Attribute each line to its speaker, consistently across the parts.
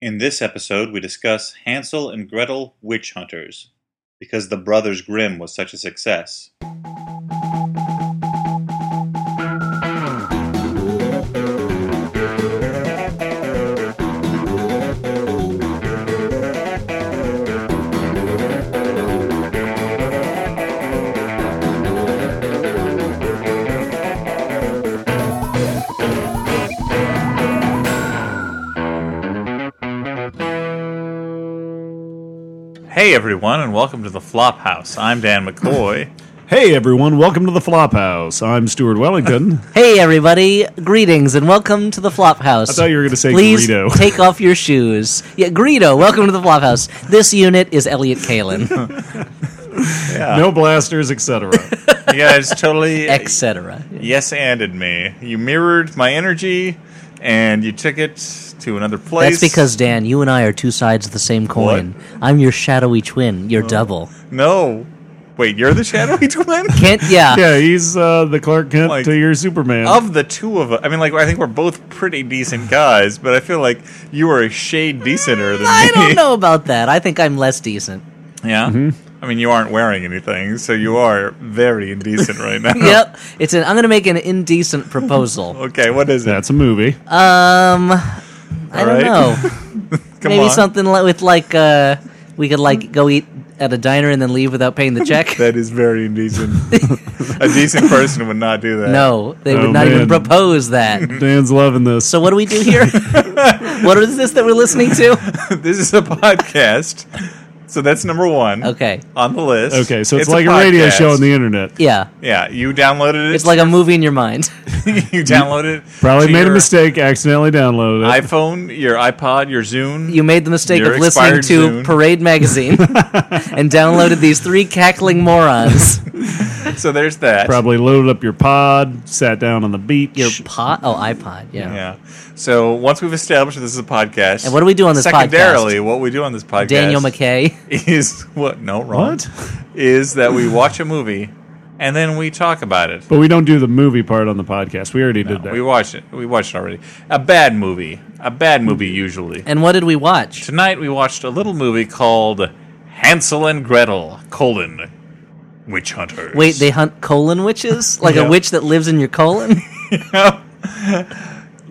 Speaker 1: In this episode, we discuss Hansel and Gretel Witch Hunters, because The Brothers Grimm was such a success. Hey everyone, and welcome to the Flop House. I'm Dan McCoy.
Speaker 2: Hey everyone, welcome to the Flophouse. I'm Stuart Wellington.
Speaker 3: Hey everybody, greetings and welcome to the Flophouse.
Speaker 2: I thought you were going to say
Speaker 3: Please
Speaker 2: Greedo.
Speaker 3: take off your shoes. Yeah, Greedo, welcome to the Flophouse. This unit is Elliot Kalin,
Speaker 2: no blasters, etc.
Speaker 1: you guys totally
Speaker 3: etc.
Speaker 1: yes anded me. You mirrored my energy, and you took it to another place.
Speaker 3: That's because Dan, you and I are two sides of the same coin. I'm your shadowy twin,
Speaker 2: Oh.
Speaker 3: your double.
Speaker 1: no. Wait, you're the shadowy twin
Speaker 3: Can't yeah.
Speaker 2: yeah, he's uh, the Clark Kent
Speaker 1: Like-
Speaker 2: to your Superman.
Speaker 1: of the two of us. I mean, like I think we're both pretty decent guys, but I feel like you are a shade decenter than
Speaker 3: I
Speaker 1: me.
Speaker 3: don't know about that. I think I'm less decent.
Speaker 1: Yeah.
Speaker 3: Mm-hmm.
Speaker 1: I mean, you aren't wearing anything, so you are very indecent right now.
Speaker 3: Yep. It's an I'm going to make an indecent proposal.
Speaker 1: Okay, what is it?
Speaker 2: That's a movie.
Speaker 3: Um I
Speaker 1: All
Speaker 3: don't
Speaker 1: right.
Speaker 3: know.
Speaker 1: Come
Speaker 3: Maybe
Speaker 1: on.
Speaker 3: something li- with like uh we could like go eat at a diner and then leave without paying the check.
Speaker 1: That is very indecent. a decent person would not do that.
Speaker 3: No, they
Speaker 2: Oh,
Speaker 3: would not
Speaker 2: man.
Speaker 3: even propose that.
Speaker 2: Dan's loving this.
Speaker 3: So what do we do here? what is this that we're listening to?
Speaker 1: this is a podcast, so that's number one.
Speaker 3: Okay.
Speaker 1: On the list.
Speaker 2: okay, so it's, like a, radio
Speaker 1: podcast.
Speaker 2: show on the internet.
Speaker 3: Yeah.
Speaker 1: Yeah, you downloaded it.
Speaker 3: It's like a movie in your mind.
Speaker 1: you downloaded it.
Speaker 2: Probably
Speaker 1: to
Speaker 2: made a
Speaker 1: your
Speaker 2: mistake, accidentally downloaded it.
Speaker 1: iPhone, your iPod, your Zune.
Speaker 3: You made the mistake
Speaker 1: Your
Speaker 3: of listening
Speaker 1: expired
Speaker 3: to
Speaker 1: Zune.
Speaker 3: Parade magazine and downloaded these three cackling morons.
Speaker 1: so there's that.
Speaker 2: Probably loaded up your pod, sat down on the beach.
Speaker 3: Your pot? Oh, iPod. Yeah.
Speaker 1: Yeah. So once we've established this is a podcast,
Speaker 3: And what do we do on this
Speaker 1: secondarily, what we do on this podcast,
Speaker 3: Daniel McKay.
Speaker 1: is what? No, wrong.
Speaker 2: What?
Speaker 1: Is that we watch a movie and then we talk about it.
Speaker 2: But we don't do the movie part on the podcast. We already did that.
Speaker 1: We watch it. We watched it already. A bad movie. A bad movie usually.
Speaker 3: And what did we watch?
Speaker 1: Tonight we watched a little movie called Hansel and Gretel: colon Witch Hunters.
Speaker 3: Wait, they hunt colon witches? Like
Speaker 1: Yeah.
Speaker 3: a witch that lives in your colon?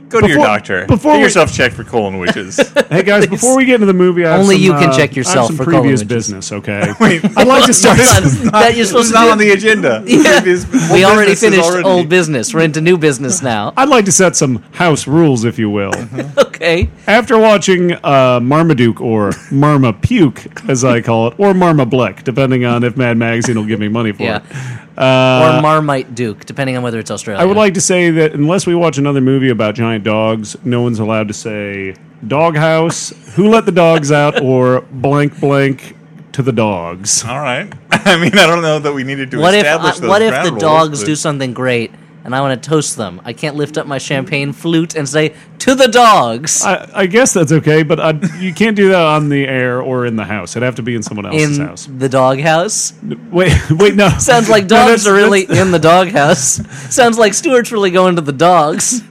Speaker 1: go to your
Speaker 2: Before-
Speaker 1: doctor.
Speaker 2: before
Speaker 1: Get
Speaker 2: we-
Speaker 1: yourself checked for colon witches.
Speaker 2: hey guys, before we get into the movie, I have
Speaker 3: Only
Speaker 2: some,
Speaker 3: you can
Speaker 2: uh, I
Speaker 3: check
Speaker 2: have
Speaker 3: yourself
Speaker 2: some
Speaker 3: for
Speaker 2: previous
Speaker 3: colon
Speaker 2: business. Okay,
Speaker 1: Wait,
Speaker 2: I'd like to start.
Speaker 3: that you're
Speaker 1: This
Speaker 3: supposed
Speaker 1: is
Speaker 3: to
Speaker 1: not
Speaker 3: do-
Speaker 1: on the agenda.
Speaker 3: Yeah.
Speaker 1: Previous-
Speaker 3: we
Speaker 1: old
Speaker 3: already
Speaker 1: business is
Speaker 3: finished
Speaker 1: already-
Speaker 3: old business. We're into new business now.
Speaker 2: I'd like to set some house rules, if you will.
Speaker 3: Okay.
Speaker 2: After watching uh, Marmaduke or Marma Puke, as I call it, or Marma Bleck, depending on if Mad Magazine will give me money for
Speaker 3: Yeah.
Speaker 2: it,
Speaker 3: or Marmite Duke, depending on whether it's Australia.
Speaker 2: Uh, I would like to say that unless we watch another movie about giant dogs, no one's allowed to say doghouse, who let the dogs out, or blank blank to the dogs.
Speaker 1: All right. I mean, I don't know that we needed to
Speaker 3: What if
Speaker 1: establish
Speaker 3: I-
Speaker 1: those
Speaker 3: what if
Speaker 1: ground
Speaker 3: the
Speaker 1: rules,
Speaker 3: dogs
Speaker 1: but-
Speaker 3: do something great and I want to toast them? I can't lift up my champagne flute and say to the dogs
Speaker 2: I, I guess that's okay, but I, you can't do that on the air or in the house. It'd have to be in someone else's
Speaker 3: in
Speaker 2: house.
Speaker 3: the doghouse.
Speaker 2: Wait, wait, no.
Speaker 3: Sounds like
Speaker 2: No,
Speaker 3: dogs
Speaker 2: that's-
Speaker 3: are really
Speaker 2: that's-
Speaker 3: in the doghouse. Sounds like Stewart's really going to the dogs.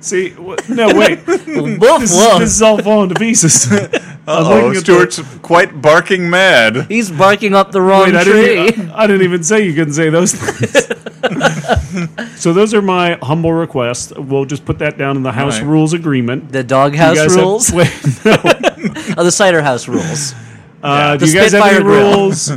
Speaker 2: See, w- no, wait.
Speaker 3: woof
Speaker 2: This is, this
Speaker 3: woof.
Speaker 2: is all falling to pieces. I was looking
Speaker 1: Oh,
Speaker 2: at the-
Speaker 1: Stuart's quite barking mad.
Speaker 3: He's barking up the wrong
Speaker 2: Wait, I
Speaker 3: tree.
Speaker 2: didn't, e- I didn't even uh, say you couldn't say those things. so those are my humble requests. We'll just put that down in the house
Speaker 1: Alright.
Speaker 2: rules agreement.
Speaker 3: the
Speaker 2: You
Speaker 3: doghouse
Speaker 2: guys have-
Speaker 3: rules,
Speaker 2: wait,
Speaker 3: or the cider house rules.
Speaker 2: uh, do
Speaker 3: The
Speaker 2: you guys have any
Speaker 3: Spitfire grill.
Speaker 2: rules?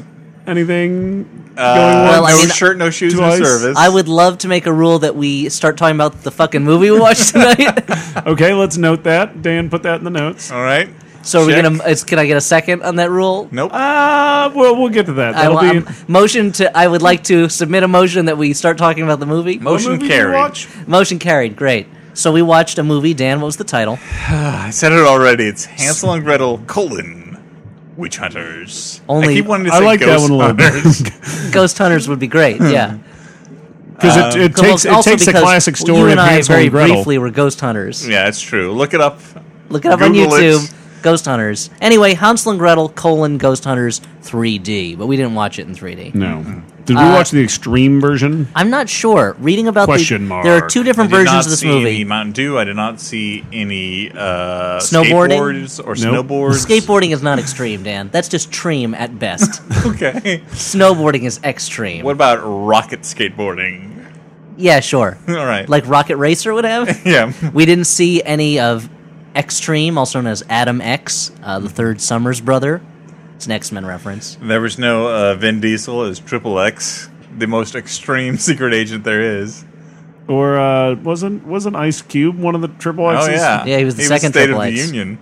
Speaker 2: Anything
Speaker 1: Uh,
Speaker 2: going
Speaker 3: Well,
Speaker 2: on?
Speaker 3: I
Speaker 1: no
Speaker 3: mean,
Speaker 1: shirt, no shoes,
Speaker 2: twice.
Speaker 1: no service.
Speaker 3: I would love to make a rule that we start talking about the fucking movie we watched tonight.
Speaker 2: Okay, let's note that. Dan, put that in the notes.
Speaker 1: All right.
Speaker 3: so are we
Speaker 1: Check.
Speaker 3: gonna? Is, can I get a second on that rule?
Speaker 1: Nope.
Speaker 2: Uh, well, we'll get to that.
Speaker 3: I,
Speaker 2: That'll
Speaker 3: wa-
Speaker 2: be
Speaker 3: I'm- motion to. I would like to submit a motion that we start talking about the movie.
Speaker 2: What
Speaker 1: Motion
Speaker 2: movie did you
Speaker 1: carried.
Speaker 2: watch?
Speaker 3: Motion carried. Great. So we watched a movie. Dan, what was the title?
Speaker 1: I said it already. It's Hansel and Gretel colon witch hunters. I
Speaker 3: Only-
Speaker 1: keep wanting to
Speaker 2: I
Speaker 1: say
Speaker 2: like that
Speaker 1: ghost
Speaker 2: one a little
Speaker 1: hunters.
Speaker 2: bit
Speaker 3: Ghost Hunters would be great. Yeah.
Speaker 2: because
Speaker 1: Uh,
Speaker 2: it, it
Speaker 3: Well,
Speaker 2: Hmm. takes it
Speaker 3: also
Speaker 2: takes the
Speaker 3: because
Speaker 2: classic
Speaker 3: You
Speaker 2: story of
Speaker 3: and I
Speaker 2: Hansel
Speaker 3: very
Speaker 2: and Gretel.
Speaker 3: briefly were ghost hunters.
Speaker 1: Yeah, it's true. Look it up.
Speaker 3: Look it up
Speaker 1: Google it.
Speaker 3: on YouTube. Ghost Hunters.
Speaker 2: Hmm.
Speaker 1: Mm-hmm.
Speaker 3: Anyway, Hansel and Gretel colon Ghost Hunters 3D, but we didn't watch it in 3D.
Speaker 2: No, Did we
Speaker 3: Uh,
Speaker 2: watch the extreme version?
Speaker 3: I'm not sure. Reading about
Speaker 2: Question
Speaker 3: the
Speaker 2: mark.
Speaker 3: there are two different
Speaker 1: I did not
Speaker 3: versions of this
Speaker 1: see any
Speaker 3: movie.
Speaker 1: Mountain Dew. I did not see any uh,
Speaker 3: Snowboarding?
Speaker 1: skateboards or
Speaker 2: Nope.
Speaker 1: snowboards.
Speaker 3: Skateboarding is not extreme, Dan. That's just tream at best.
Speaker 1: okay.
Speaker 3: Snowboarding is extreme.
Speaker 1: What about rocket skateboarding?
Speaker 3: Yeah, sure.
Speaker 1: All right.
Speaker 3: Like Rocket Racer would have.
Speaker 1: yeah.
Speaker 3: we didn't see any of Extreme, also known as Adam X, uh, the third Summers brother. It's an X Men reference.
Speaker 1: There was no uh, Vin Diesel as Triple X, the most extreme secret agent there is.
Speaker 2: Or uh, wasn't wasn't Ice Cube one of the triple X's?
Speaker 1: Oh yeah,
Speaker 3: Yeah, he was the second
Speaker 1: State
Speaker 3: Triple
Speaker 1: of the
Speaker 3: X.
Speaker 1: Union.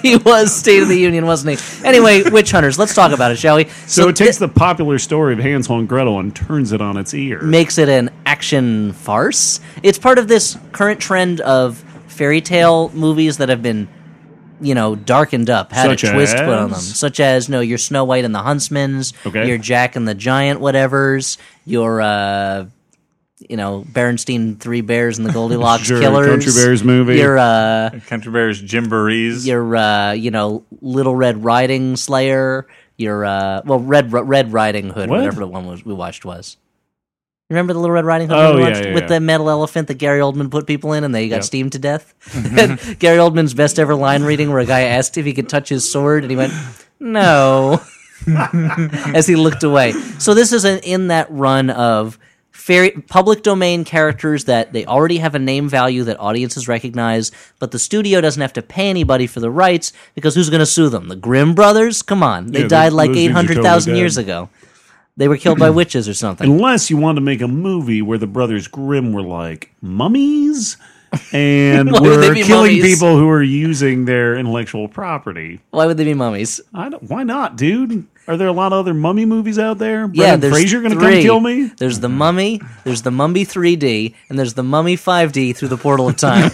Speaker 3: he was State of the Union, wasn't he? Anyway, Witch Hunters. Let's talk about it, shall we?
Speaker 2: So, it takes
Speaker 3: thi-
Speaker 2: the popular story of Hansel and Gretel and turns it on its ear.
Speaker 3: makes it an action farce. It's part of this current trend of fairy tale movies that have been, you know, darkened up, had
Speaker 2: Such
Speaker 3: a twist put on them,
Speaker 2: as?
Speaker 3: such as no, your Snow White and the Huntsman's,
Speaker 2: Okay.
Speaker 3: your Jack and the Giant, whatever's, your. uh you know, Berenstein Three Bears and the Goldilocks
Speaker 2: Sure,
Speaker 3: Killers,
Speaker 2: Country Bears movie.
Speaker 3: Your uh,
Speaker 1: Country Bears, Jimborees.
Speaker 3: your uh, you know Little Red Riding Slayer, your uh, well Red Red Riding Hood,
Speaker 2: What?
Speaker 3: whatever the one was we watched was. Remember the Little Red Riding Hood
Speaker 2: Oh,
Speaker 3: we
Speaker 2: yeah,
Speaker 3: watched
Speaker 2: yeah,
Speaker 3: with
Speaker 2: yeah.
Speaker 3: the metal elephant that Gary Oldman put people in and they got
Speaker 2: Yep. Mm-hmm.
Speaker 3: steamed to death. And Gary Oldman's best ever line reading where a guy asked if he could touch his sword and he went no as he looked away. So this is an, in that run of fairy public domain characters that they already have a name value that audiences recognize, but the studio doesn't have to pay anybody for the rights because who's going to sue them? The Grimm brothers? Come on, they
Speaker 2: Yeah,
Speaker 3: died
Speaker 2: those-
Speaker 3: like
Speaker 2: those dudes
Speaker 3: eight
Speaker 2: are
Speaker 3: hundred thousand
Speaker 2: totally
Speaker 3: years
Speaker 2: dead.
Speaker 3: ago. They were killed by witches or something.
Speaker 2: Unless you want to make a movie where the brothers Grimm were like mummies and
Speaker 3: Why would they
Speaker 2: were
Speaker 3: be
Speaker 2: killing
Speaker 3: mummies?
Speaker 2: people who are using their intellectual property.
Speaker 3: Why would they be mummies?
Speaker 2: I don't, why not, dude? Are there a lot of other mummy movies out there?
Speaker 3: yeah,
Speaker 2: Brendan
Speaker 3: there's
Speaker 2: Fraser going to come
Speaker 3: three.
Speaker 2: kill me?
Speaker 3: There's the Mummy, there's the Mummy 3D, and there's the Mummy 5D through the Portal of Time.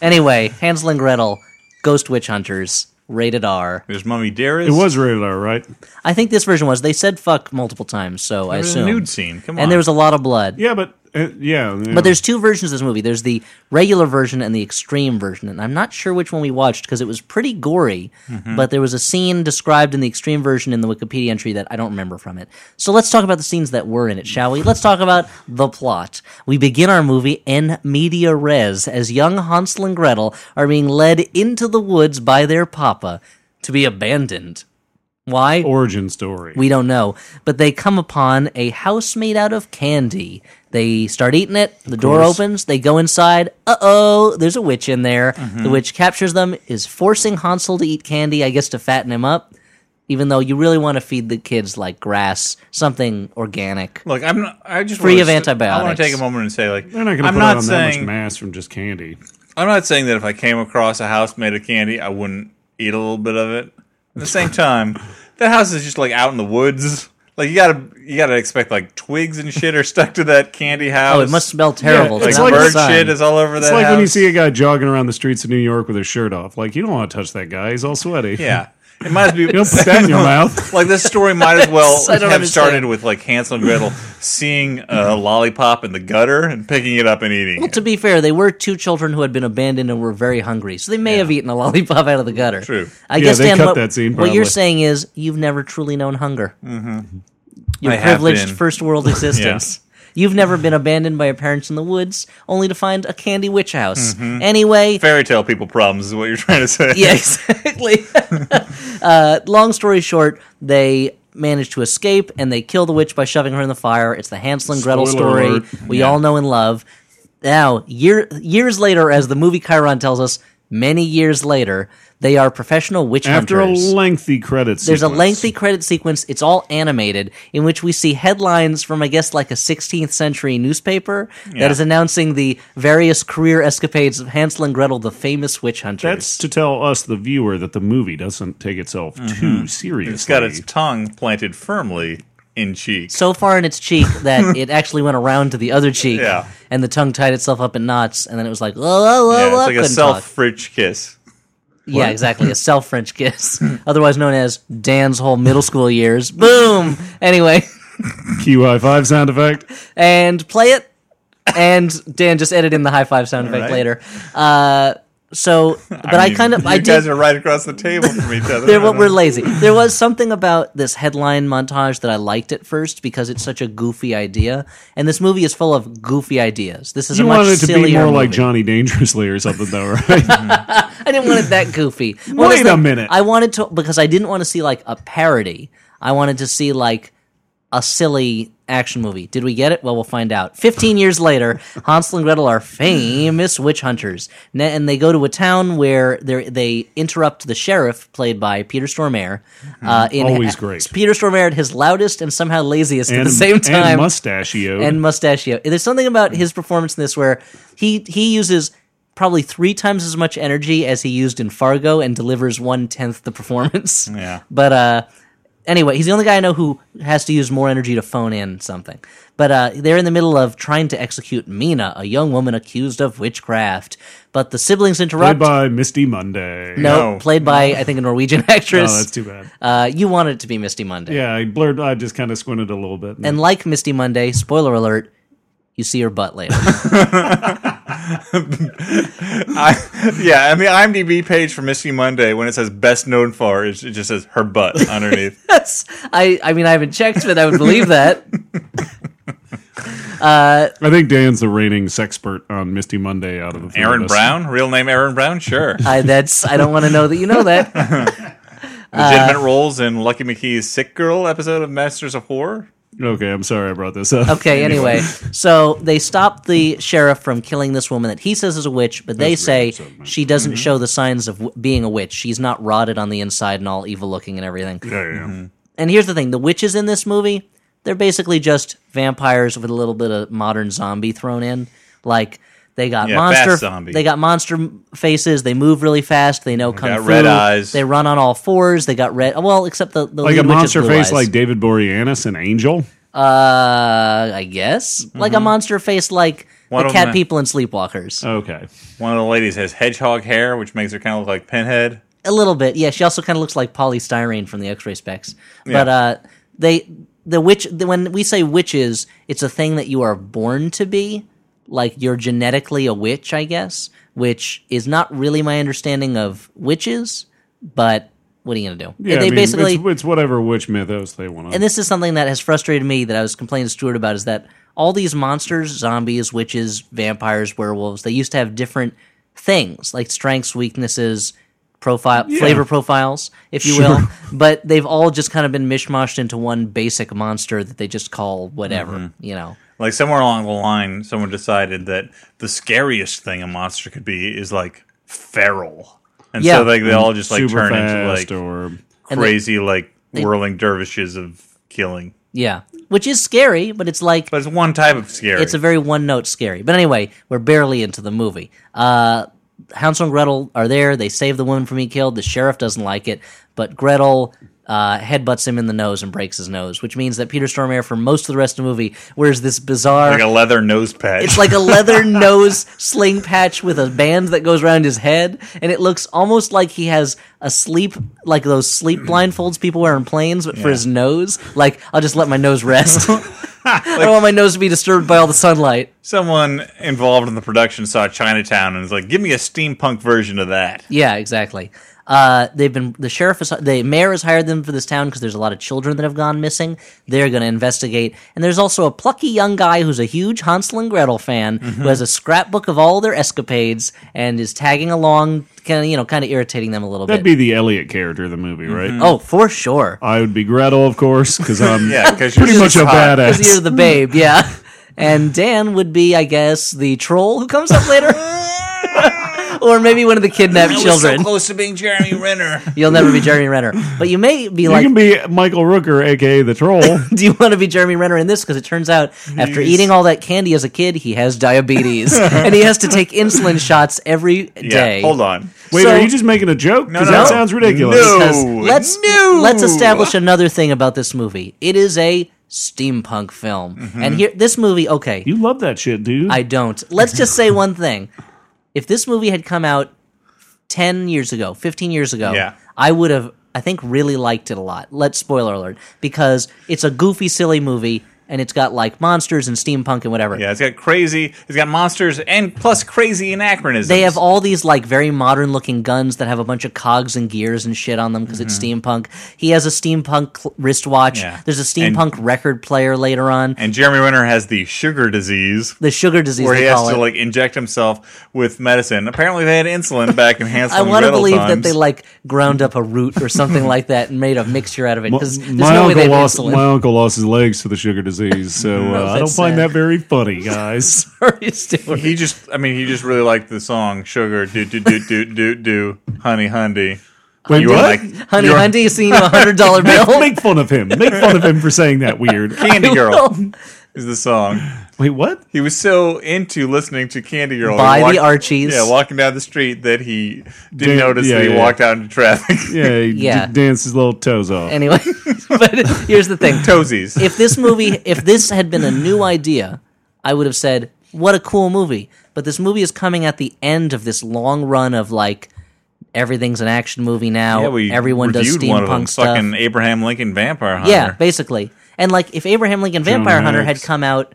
Speaker 3: anyway, Hansel and Gretel, Ghost Witch Hunters, rated R.
Speaker 1: There's Mummy Dearest.
Speaker 2: It was rated R, right?
Speaker 3: I think this version was. They said fuck multiple times, so I
Speaker 1: There was
Speaker 3: assume.
Speaker 1: a nude scene. Come on.
Speaker 3: and there was a lot of blood.
Speaker 2: Yeah, but uh, yeah, yeah.
Speaker 3: But there's two versions of this movie. There's the regular version and the extreme version, and I'm not sure which one we watched because it was pretty gory.
Speaker 1: Mm-hmm.
Speaker 3: But there was a scene described in the extreme version in the Wikipedia entry that I don't remember from it. So let's talk about the scenes that were in it, shall we? Let's talk about the plot. We begin our movie in media res as young Hansel and Gretel are being led into the woods by their papa to be abandoned. Why?
Speaker 2: origin story.
Speaker 3: We don't know. But they come upon a house made out of candy. They start eating it. The door
Speaker 2: course.
Speaker 3: opens. They go inside. Uh oh, there's a witch in there. The witch captures them, is forcing Hansel to eat candy, I guess, to fatten him up. Even though you really want to feed the kids like grass, something organic.
Speaker 1: Look, I'm not, I just
Speaker 3: Free
Speaker 1: wanna
Speaker 3: of
Speaker 1: s- I want
Speaker 3: antibiotics.
Speaker 1: to take a moment and say, like,
Speaker 2: They're not going to
Speaker 1: I'm
Speaker 2: put
Speaker 1: not
Speaker 2: out that much
Speaker 1: saying
Speaker 2: mass from just candy.
Speaker 1: I'm not saying that if I came across a house made of candy, I wouldn't eat a little bit of it. At the same time, that house is just like out in the woods. Like you gotta, you gotta expect like twigs and shit are stuck to that candy house.
Speaker 3: Oh, it must smell terrible.
Speaker 2: Yeah,
Speaker 1: like
Speaker 3: it's
Speaker 2: it's
Speaker 3: not
Speaker 2: like
Speaker 3: the
Speaker 1: bird
Speaker 3: sun.
Speaker 1: shit is all over
Speaker 2: It's
Speaker 1: that.
Speaker 2: like when you
Speaker 1: house.
Speaker 2: see a guy jogging around the streets of New York with his shirt off. Like you don't want to touch that guy. He's all sweaty.
Speaker 1: yeah, it might as be.
Speaker 2: Don't put that in your mouth.
Speaker 1: like this story might as well
Speaker 3: I
Speaker 1: have
Speaker 3: don't understand. Mm-hmm.
Speaker 1: started with like Hansel and Gretel seeing a lollipop in the gutter and picking it up and eating
Speaker 3: Well,
Speaker 1: it.
Speaker 3: to be fair, they were two children who had been abandoned and were very hungry, so they may have eaten a lollipop out of the gutter.
Speaker 1: True.
Speaker 3: I
Speaker 2: Yeah,
Speaker 3: guess
Speaker 2: they
Speaker 3: Dan,
Speaker 2: cut
Speaker 3: what,
Speaker 2: that scene,
Speaker 3: what you're
Speaker 2: probably.
Speaker 3: saying is you've never truly known hunger. Mm-hmm. Your
Speaker 1: I have
Speaker 3: privileged
Speaker 1: been.
Speaker 3: first world existence. You've never been abandoned by your parents in the woods, only to find a candy witch house.
Speaker 1: Mm-hmm.
Speaker 3: Anyway,
Speaker 1: Fairy tale people problems is what you're trying to say.
Speaker 3: yeah, exactly. uh, long story short, they manage to escape and they kill the witch by shoving her in the fire. It's the Hansel and Gretel
Speaker 2: Spoiler
Speaker 3: story
Speaker 2: alert.
Speaker 3: we all know and love. Now, year, years later, as the movie Chiron tells us, many years later, they are professional witch
Speaker 2: After a
Speaker 3: hunters.
Speaker 2: lengthy credits,
Speaker 3: There's a lengthy credit sequence. It's all animated, in which we see headlines from, I guess, like a 16th century newspaper that
Speaker 1: Yeah.
Speaker 3: is announcing the various career escapades of Hansel and Gretel, the famous witch hunters.
Speaker 2: That's to tell us, the viewer, that the movie doesn't take itself too seriously.
Speaker 1: Mm-hmm. It's got its tongue planted firmly in cheek.
Speaker 3: so far in its cheek that it actually went around to the other cheek,
Speaker 1: Yeah.
Speaker 3: and the tongue tied itself up in knots, and then it was like, whoa, whoa, whoa,
Speaker 1: yeah,
Speaker 3: whoa,
Speaker 1: it's like a
Speaker 3: couldn't
Speaker 1: self
Speaker 3: talk.
Speaker 1: fridge kiss.
Speaker 3: Yeah, exactly, a self French kiss, otherwise known as Dan's whole middle school years. Boom. Anyway,
Speaker 2: Q high five sound effect.
Speaker 3: and play it, and Dan just edit in the high five sound effect
Speaker 1: right.
Speaker 3: later. Uh, So, but I,
Speaker 1: mean,
Speaker 3: kind of
Speaker 1: You
Speaker 3: I
Speaker 1: guys
Speaker 3: did.
Speaker 1: are right across the table from each other.
Speaker 3: They're
Speaker 1: I
Speaker 3: what
Speaker 1: don't
Speaker 3: we're
Speaker 1: know.
Speaker 3: lazy. There was something about this headline montage that I liked at first because it's such a goofy idea, and this movie is full of goofy ideas. This is
Speaker 2: You
Speaker 3: a much
Speaker 2: wanted it to
Speaker 3: sillier
Speaker 2: be more like
Speaker 3: movie.
Speaker 2: Johnny Dangerously or something, though, right?
Speaker 3: I didn't want it that goofy. Well,
Speaker 2: Wait
Speaker 3: it's like-
Speaker 2: a minute.
Speaker 3: I wanted to because I didn't want to see like a parody. I wanted to see like a silly action movie. Did we get it? Well, we'll find out. Fifteen years later, Hansel and Gretel are famous witch hunters, Na- and they go to a town where they they interrupt the sheriff, played by Peter Stormare. Uh, in
Speaker 2: Mm-hmm. Always great.
Speaker 3: Peter Stormare at his loudest and somehow laziest at the same time
Speaker 2: and mustachio.
Speaker 3: and mustachio. There's something about his performance in this where he he uses probably three times as much energy as he used in Fargo and delivers one tenth the performance.
Speaker 1: Yeah.
Speaker 3: But uh, anyway, he's the only guy I know who has to use more energy to phone in something. But uh, they're in the middle of trying to execute Mina, a young woman accused of witchcraft. But the siblings
Speaker 2: played
Speaker 3: interrupt.
Speaker 2: by Misty Monday.
Speaker 3: no,
Speaker 1: No.
Speaker 3: played by I think a Norwegian
Speaker 2: Oh,
Speaker 3: actress.
Speaker 2: that's too bad.
Speaker 3: Uh, you want it to be Misty Monday.
Speaker 2: Yeah, I blurred. I just kind of squinted a little bit.
Speaker 3: And like Misty Monday, spoiler alert, you see her butt later.
Speaker 1: I, yeah, and the IMDb page for Misty Monday, when it says best known for, it it just says her butt underneath.
Speaker 3: That's I. I mean, I haven't checked, but I would believe that.
Speaker 2: I think Dan's the reigning sexpert on Misty Monday out of the three of
Speaker 1: Aaron
Speaker 2: us.
Speaker 1: Brown, real name Aaron Brown, sure.
Speaker 3: I. That's. I don't want to know that you know that. Uh,
Speaker 1: Legitimate roles in Lucky McKee's Sick Girl episode of Masters of Horror.
Speaker 2: Okay, I'm sorry I brought this up.
Speaker 3: Okay. Anyway, so they stop the sheriff from killing this woman that he says is a witch, but they
Speaker 2: That's
Speaker 3: say
Speaker 2: really upsetting. Mm-hmm.
Speaker 3: she doesn't show the signs of w- being a witch. She's not rotted on the inside and all evil looking and everything.
Speaker 2: Yeah, yeah, yeah.
Speaker 3: Mm-hmm. And here's the thing: the witches in this movie, they're basically just vampires with a little bit of modern zombie thrown in. Like they got
Speaker 1: Yeah,
Speaker 3: monster,
Speaker 1: fast zombie.
Speaker 3: they got monster m- faces. They move really fast. They know kung
Speaker 1: got
Speaker 3: fu.
Speaker 1: red eyes.
Speaker 3: They run on all fours. They got red. Well, except the, the
Speaker 2: Like
Speaker 3: lead
Speaker 2: a
Speaker 3: witch has
Speaker 2: monster
Speaker 3: blue
Speaker 2: face
Speaker 3: eyes.
Speaker 2: like David Boreanaz and Angel.
Speaker 3: uh, I guess like
Speaker 1: Mm-hmm.
Speaker 3: a monster face like
Speaker 1: One
Speaker 3: the
Speaker 1: of
Speaker 3: cat
Speaker 1: them-
Speaker 3: people in Sleepwalkers.
Speaker 2: Okay.
Speaker 1: One of the ladies has hedgehog hair, which makes her kind of look like Pinhead.
Speaker 3: A little bit, yeah. She also kind of looks like polystyrene from the X-ray specs. But
Speaker 1: Yeah.
Speaker 3: uh, they, the witch, the, when we say witches, it's a thing that you are born to be. Like you're genetically a witch, I guess, which is not really my understanding of witches. But what are you gonna do?
Speaker 2: Yeah,
Speaker 3: they
Speaker 2: I mean,
Speaker 3: basically,
Speaker 2: it's, it's whatever witch mythos they want
Speaker 3: and
Speaker 2: to.
Speaker 3: this is something that has frustrated me that I was complaining to Stuart about is that all these monsters, zombies, witches, vampires, werewolves, they used to have different things like strengths, weaknesses, profile, flavor profiles, if you will. But they've all just kind of been mishmashed into one basic monster that they just call whatever, you know.
Speaker 1: Like somewhere along the line, someone decided that the scariest thing a monster could be is like feral, and
Speaker 3: Yeah.
Speaker 1: so like they all just like
Speaker 2: Super
Speaker 1: turn
Speaker 2: fast
Speaker 1: into like
Speaker 2: or
Speaker 1: crazy like whirling dervishes of killing.
Speaker 3: Yeah, which is scary, but it's like
Speaker 1: But it's one type of scary.
Speaker 3: It's a very one note scary. But anyway, we're barely into the movie. Uh, Hansel and Gretel are there. They save the woman from being killed. The sheriff doesn't like it, but Gretel uh, headbutts him in the nose and breaks his nose, which means that Peter Stormare, for most of the rest of the movie, wears this bizarre.
Speaker 1: like a leather nose patch.
Speaker 3: it's like a leather nose sling patch with a band that goes around his head, and it looks almost like he has a sleep, like those sleep blindfolds people wear on planes, but for his nose. Like, I'll just let my nose rest. I don't want my nose to be disturbed by all the sunlight.
Speaker 1: Someone involved in the production saw Chinatown and was like, "Give me a steampunk version of that."
Speaker 3: Yeah, exactly. Uh, they've been the sheriff is the mayor has hired them for this town because there's a lot of children that have gone missing. They're going to investigate, and there's also a plucky young guy who's a huge Hansel and Gretel fan who has a scrapbook of all their escapades and is tagging along, kind of you know, kind of irritating them a little
Speaker 2: that'd
Speaker 3: bit.
Speaker 2: be the Elliot character of the movie, right?
Speaker 3: oh, for sure,
Speaker 2: I would be Gretel, of course, because I'm
Speaker 1: Yeah, because
Speaker 2: pretty much a
Speaker 3: because you're
Speaker 2: badass.
Speaker 3: the babe, yeah. And Dan would be, I guess, the troll who comes up later, or maybe one of the kidnapped children.
Speaker 1: close to being Jeremy Renner.
Speaker 3: You'll never be Jeremy Renner, but you may be
Speaker 2: You
Speaker 3: like
Speaker 2: can be Michael Rooker, aka the troll.
Speaker 3: do you want to be Jeremy Renner in this? Because it turns out after eating all that candy as a kid, he has diabetes and he has to take insulin shots every
Speaker 1: yeah,
Speaker 3: day.
Speaker 1: hold on.
Speaker 2: Wait,
Speaker 3: So-
Speaker 2: are you just making a joke? Because
Speaker 1: no,
Speaker 2: that
Speaker 1: no.
Speaker 2: sounds ridiculous.
Speaker 1: No.
Speaker 3: Because let's
Speaker 1: no.
Speaker 3: let's establish another thing about this movie. It is a steampunk film,
Speaker 1: Mm-hmm.
Speaker 3: and here this movie. Okay,
Speaker 2: You love that shit, dude.
Speaker 3: I don't. Let's just say one thing. If this movie had come out 10 years ago, 15 years ago,
Speaker 1: Yeah.
Speaker 3: I would have, I think, really liked it a lot. Let's spoiler alert, because it's a goofy, silly movie. and it's got like monsters and steampunk and whatever.
Speaker 1: Yeah, it's got crazy. It's got monsters and plus crazy anachronisms.
Speaker 3: They have all these like very modern looking guns that have a bunch of cogs and gears and shit on them because it's steampunk. He has a steampunk cl- wristwatch.
Speaker 1: Mm-hmm. Yeah.
Speaker 3: There's a steampunk record player later on.
Speaker 1: and Jeremy Renner has the sugar disease,
Speaker 3: the sugar disease
Speaker 1: where
Speaker 3: they
Speaker 1: he has
Speaker 3: call
Speaker 1: to
Speaker 3: it.
Speaker 1: like inject himself with medicine. Apparently, they had insulin back in Hansel.
Speaker 3: I
Speaker 1: want to
Speaker 3: believe that they like ground up a root or something like that and made a mixture out of it because there's
Speaker 2: my
Speaker 3: no way
Speaker 2: uncle
Speaker 3: they have
Speaker 2: lost
Speaker 3: insulin.
Speaker 2: my uncle lost his legs to the sugar disease, so uh, I don't
Speaker 3: that's
Speaker 2: find
Speaker 3: sad.
Speaker 2: that very funny, guys.
Speaker 3: Sorry, Stuart.
Speaker 1: he just, I mean, he just really liked the song "Sugar Do Do Do Do Do Do Honey Hundy."
Speaker 2: Wait,
Speaker 1: You were
Speaker 2: what?
Speaker 1: like
Speaker 3: Honey,
Speaker 1: you're-
Speaker 3: Hunty, you seen a hundred dollar bill?
Speaker 2: Make fun of him. Make fun of him for saying that weird.
Speaker 1: "Candy Girl"
Speaker 3: will.
Speaker 1: is the song.
Speaker 2: Wait, what?
Speaker 1: He was so into listening to Candy Girl
Speaker 3: By
Speaker 1: he
Speaker 3: the Archies.
Speaker 1: Yeah, walking down the street that he didn't
Speaker 2: Dan-
Speaker 1: notice
Speaker 2: yeah,
Speaker 1: that he
Speaker 2: yeah,
Speaker 1: walked out into traffic.
Speaker 2: Yeah, he
Speaker 3: Yeah.
Speaker 2: d- danced his little toes off.
Speaker 3: Anyway, but here's the thing:
Speaker 1: Toesies.
Speaker 3: if this movie, if this had been a new idea, I would have said, "What a cool movie!" But this movie is coming at the end of this long run of like everything's an action movie now.
Speaker 1: Yeah, we
Speaker 3: Everyone does
Speaker 1: reviewed
Speaker 3: steampunk
Speaker 1: one of them,
Speaker 3: stuff.
Speaker 1: fucking Abraham Lincoln Vampire Hunter.
Speaker 3: Yeah, basically. And like if Abraham Lincoln Vampire
Speaker 2: Jonah
Speaker 3: Hunter had
Speaker 2: Hex.
Speaker 3: come out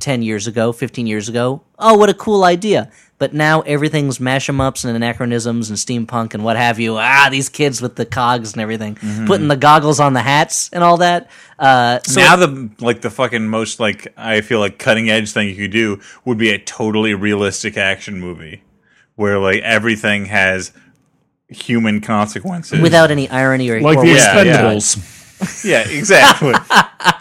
Speaker 3: 10 years ago, 15 years ago, oh, what a cool idea. But now everything's mash em ups and anachronisms and steampunk and what have you. Ah, these kids with the cogs and everything, putting the goggles on the hats and all that. Uh, so
Speaker 1: now the like the fucking most like I feel like cutting edge thing you could do would be a totally realistic action movie where like everything has human consequences.
Speaker 3: without any irony or
Speaker 2: Like
Speaker 3: or
Speaker 2: the
Speaker 3: wit.
Speaker 1: Yeah, yeah.
Speaker 2: Expendables.
Speaker 1: yeah, exactly.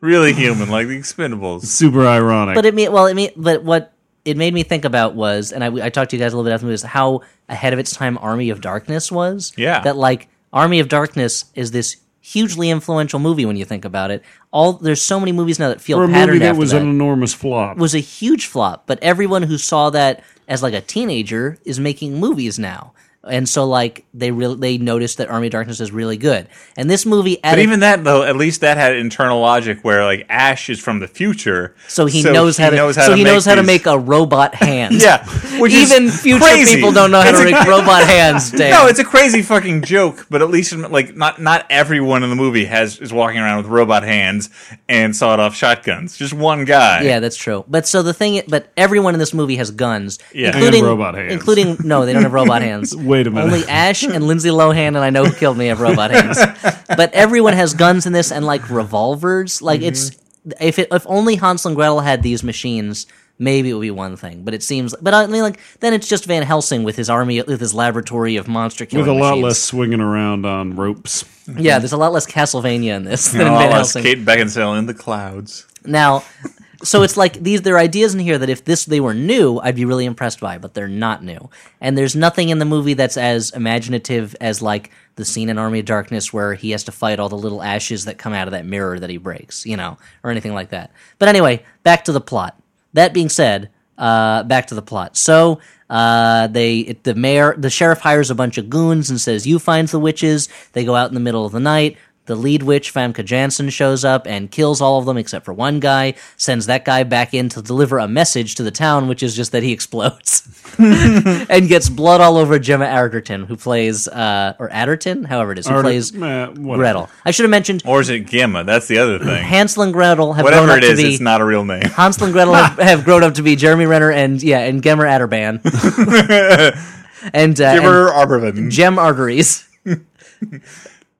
Speaker 1: really human, like the Expendables.
Speaker 2: Super ironic.
Speaker 3: But it made well, it made but what it made me think about was, and I, I talked to you guys a little bit after the movie, is how ahead of its time Army of Darkness was.
Speaker 1: Yeah.
Speaker 3: that like Army of Darkness is this hugely influential movie when you think about it. All there's so many movies now that feel
Speaker 2: for a
Speaker 3: patterned
Speaker 2: movie that
Speaker 3: after
Speaker 2: was
Speaker 3: that.
Speaker 2: an enormous flop.
Speaker 3: was a huge flop, but everyone who saw that as like a teenager is making movies now. And so, like they really they noticed that Army of Darkness is really good, and this movie
Speaker 1: But
Speaker 3: added
Speaker 1: even that though, at least that had internal logic where like Ash is from the future,
Speaker 3: so he knows how to so he knows how to
Speaker 1: these-
Speaker 3: make a robot hand.
Speaker 1: yeah, which is
Speaker 3: Even future
Speaker 1: crazy.
Speaker 3: people don't know how
Speaker 1: It's
Speaker 3: to
Speaker 1: a-
Speaker 3: make robot hands. Dan.
Speaker 1: No, it's a crazy fucking joke, but at least like not not everyone in the movie has is walking around with robot hands and sawed off shotguns. Just one guy.
Speaker 3: yeah, that's true. But so the thing, but everyone in this movie has guns,
Speaker 1: Yeah. And
Speaker 3: including
Speaker 2: robot hands.
Speaker 3: Including no, they don't have robot hands.
Speaker 2: Wait a minute.
Speaker 3: Only Ash and Lindsay Lohan and I know who killed me have robot hands. But everyone has guns in this and like revolvers. Like it's
Speaker 1: Mm-hmm.
Speaker 3: if it, if only Hansel and Gretel had these machines. Maybe it would be one thing, but it seems. But I mean, like then it's just Van Helsing with his army, with his laboratory of monster killing
Speaker 2: with a lot
Speaker 3: machines.
Speaker 2: less swinging around on ropes.
Speaker 3: Yeah, there's a lot less Castlevania in this than
Speaker 1: And
Speaker 3: Van
Speaker 1: all us
Speaker 3: Helsing.
Speaker 1: Oh, Kate Beckinsale in the clouds.
Speaker 3: Now, so it's like these there are ideas in here that if this they were new, I'd be really impressed by, but they're not new. And there's nothing in the movie that's as imaginative as like the scene in Army of Darkness where he has to fight all the little ashes that come out of that mirror that he breaks, you know, or anything like that. But anyway, back to the plot. That being said, uh, back to the plot. So uh, they, it, the mayor, the sheriff hires a bunch of goons and says, "You find the witches." They go out in the middle of the night. The lead witch, Famke Janssen, shows up and kills all of them except for one guy. Sends that guy back in to deliver a message to the town, which is just that he explodes and gets blood all over Gemma Arterton, who plays uh, or Adderton, however it is, who
Speaker 2: Or-
Speaker 3: plays
Speaker 2: eh, whatever.
Speaker 3: Gretel. I should have mentioned
Speaker 1: Or is it Gamma? That's the other thing.
Speaker 3: Hansel and Gretel have grown
Speaker 1: Whatever
Speaker 3: up
Speaker 1: it
Speaker 3: to
Speaker 1: is,
Speaker 3: be
Speaker 1: it's not a real name.
Speaker 3: Hansel and Gretel have, have grown up to be Jeremy Renner and yeah, and Gemma Atterban, and, uh,
Speaker 1: Gibber
Speaker 3: and
Speaker 1: Arborvin.
Speaker 3: Gem Arteries.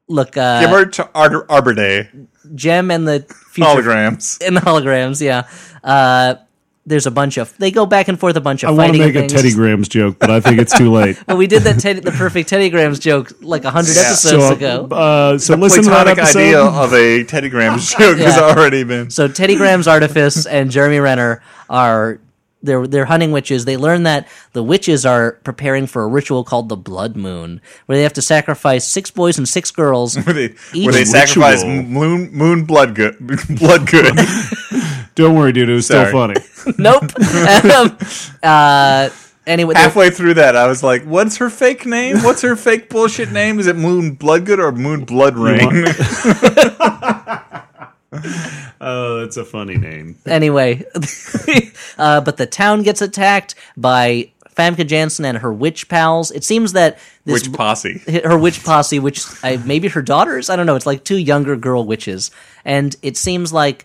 Speaker 3: Look, uh,
Speaker 1: Gibber T- Ar- Arbor Day.
Speaker 3: Gem and the future
Speaker 1: Holograms.
Speaker 3: and the holograms. Yeah, uh, there's a bunch of they go back and forth a bunch of
Speaker 2: I want to
Speaker 3: fighting
Speaker 2: make a
Speaker 3: things.
Speaker 2: Teddy Grahams joke, but I think it's too late.
Speaker 3: But we did that Teddy, the perfect Teddy Grams joke like a hundred episodes
Speaker 2: so,
Speaker 3: ago.
Speaker 2: uh, so listen to that
Speaker 1: Platonic
Speaker 2: episode.
Speaker 1: idea of a Teddy Grahams joke has
Speaker 3: Yeah.
Speaker 1: already been.
Speaker 3: So Teddy Graham's artifice and Jeremy Renner are they're they're hunting witches. They learn that the witches are preparing for a ritual called the Blood Moon, where they have to sacrifice six boys and six girls.
Speaker 1: Where they,
Speaker 3: Each
Speaker 1: where they
Speaker 3: ritual-
Speaker 1: sacrifice moon, moon blood good, blood good.
Speaker 2: Don't worry, dude. It was still
Speaker 1: Sorry.
Speaker 2: funny.
Speaker 3: nope. um, uh, anyway, they're-
Speaker 1: halfway through that, I was like, "What's her fake name? What's her fake bullshit name? Is it Moon Bloodgood or Moon Bloodring?"
Speaker 2: Oh, that's a funny name.
Speaker 3: anyway, uh, but the town gets attacked by Famke Janssen and her witch pals. It seems that this
Speaker 1: Which posse?
Speaker 3: her witch posse, which I, maybe her daughters, I don't know. It's like two younger girl witches, and it seems like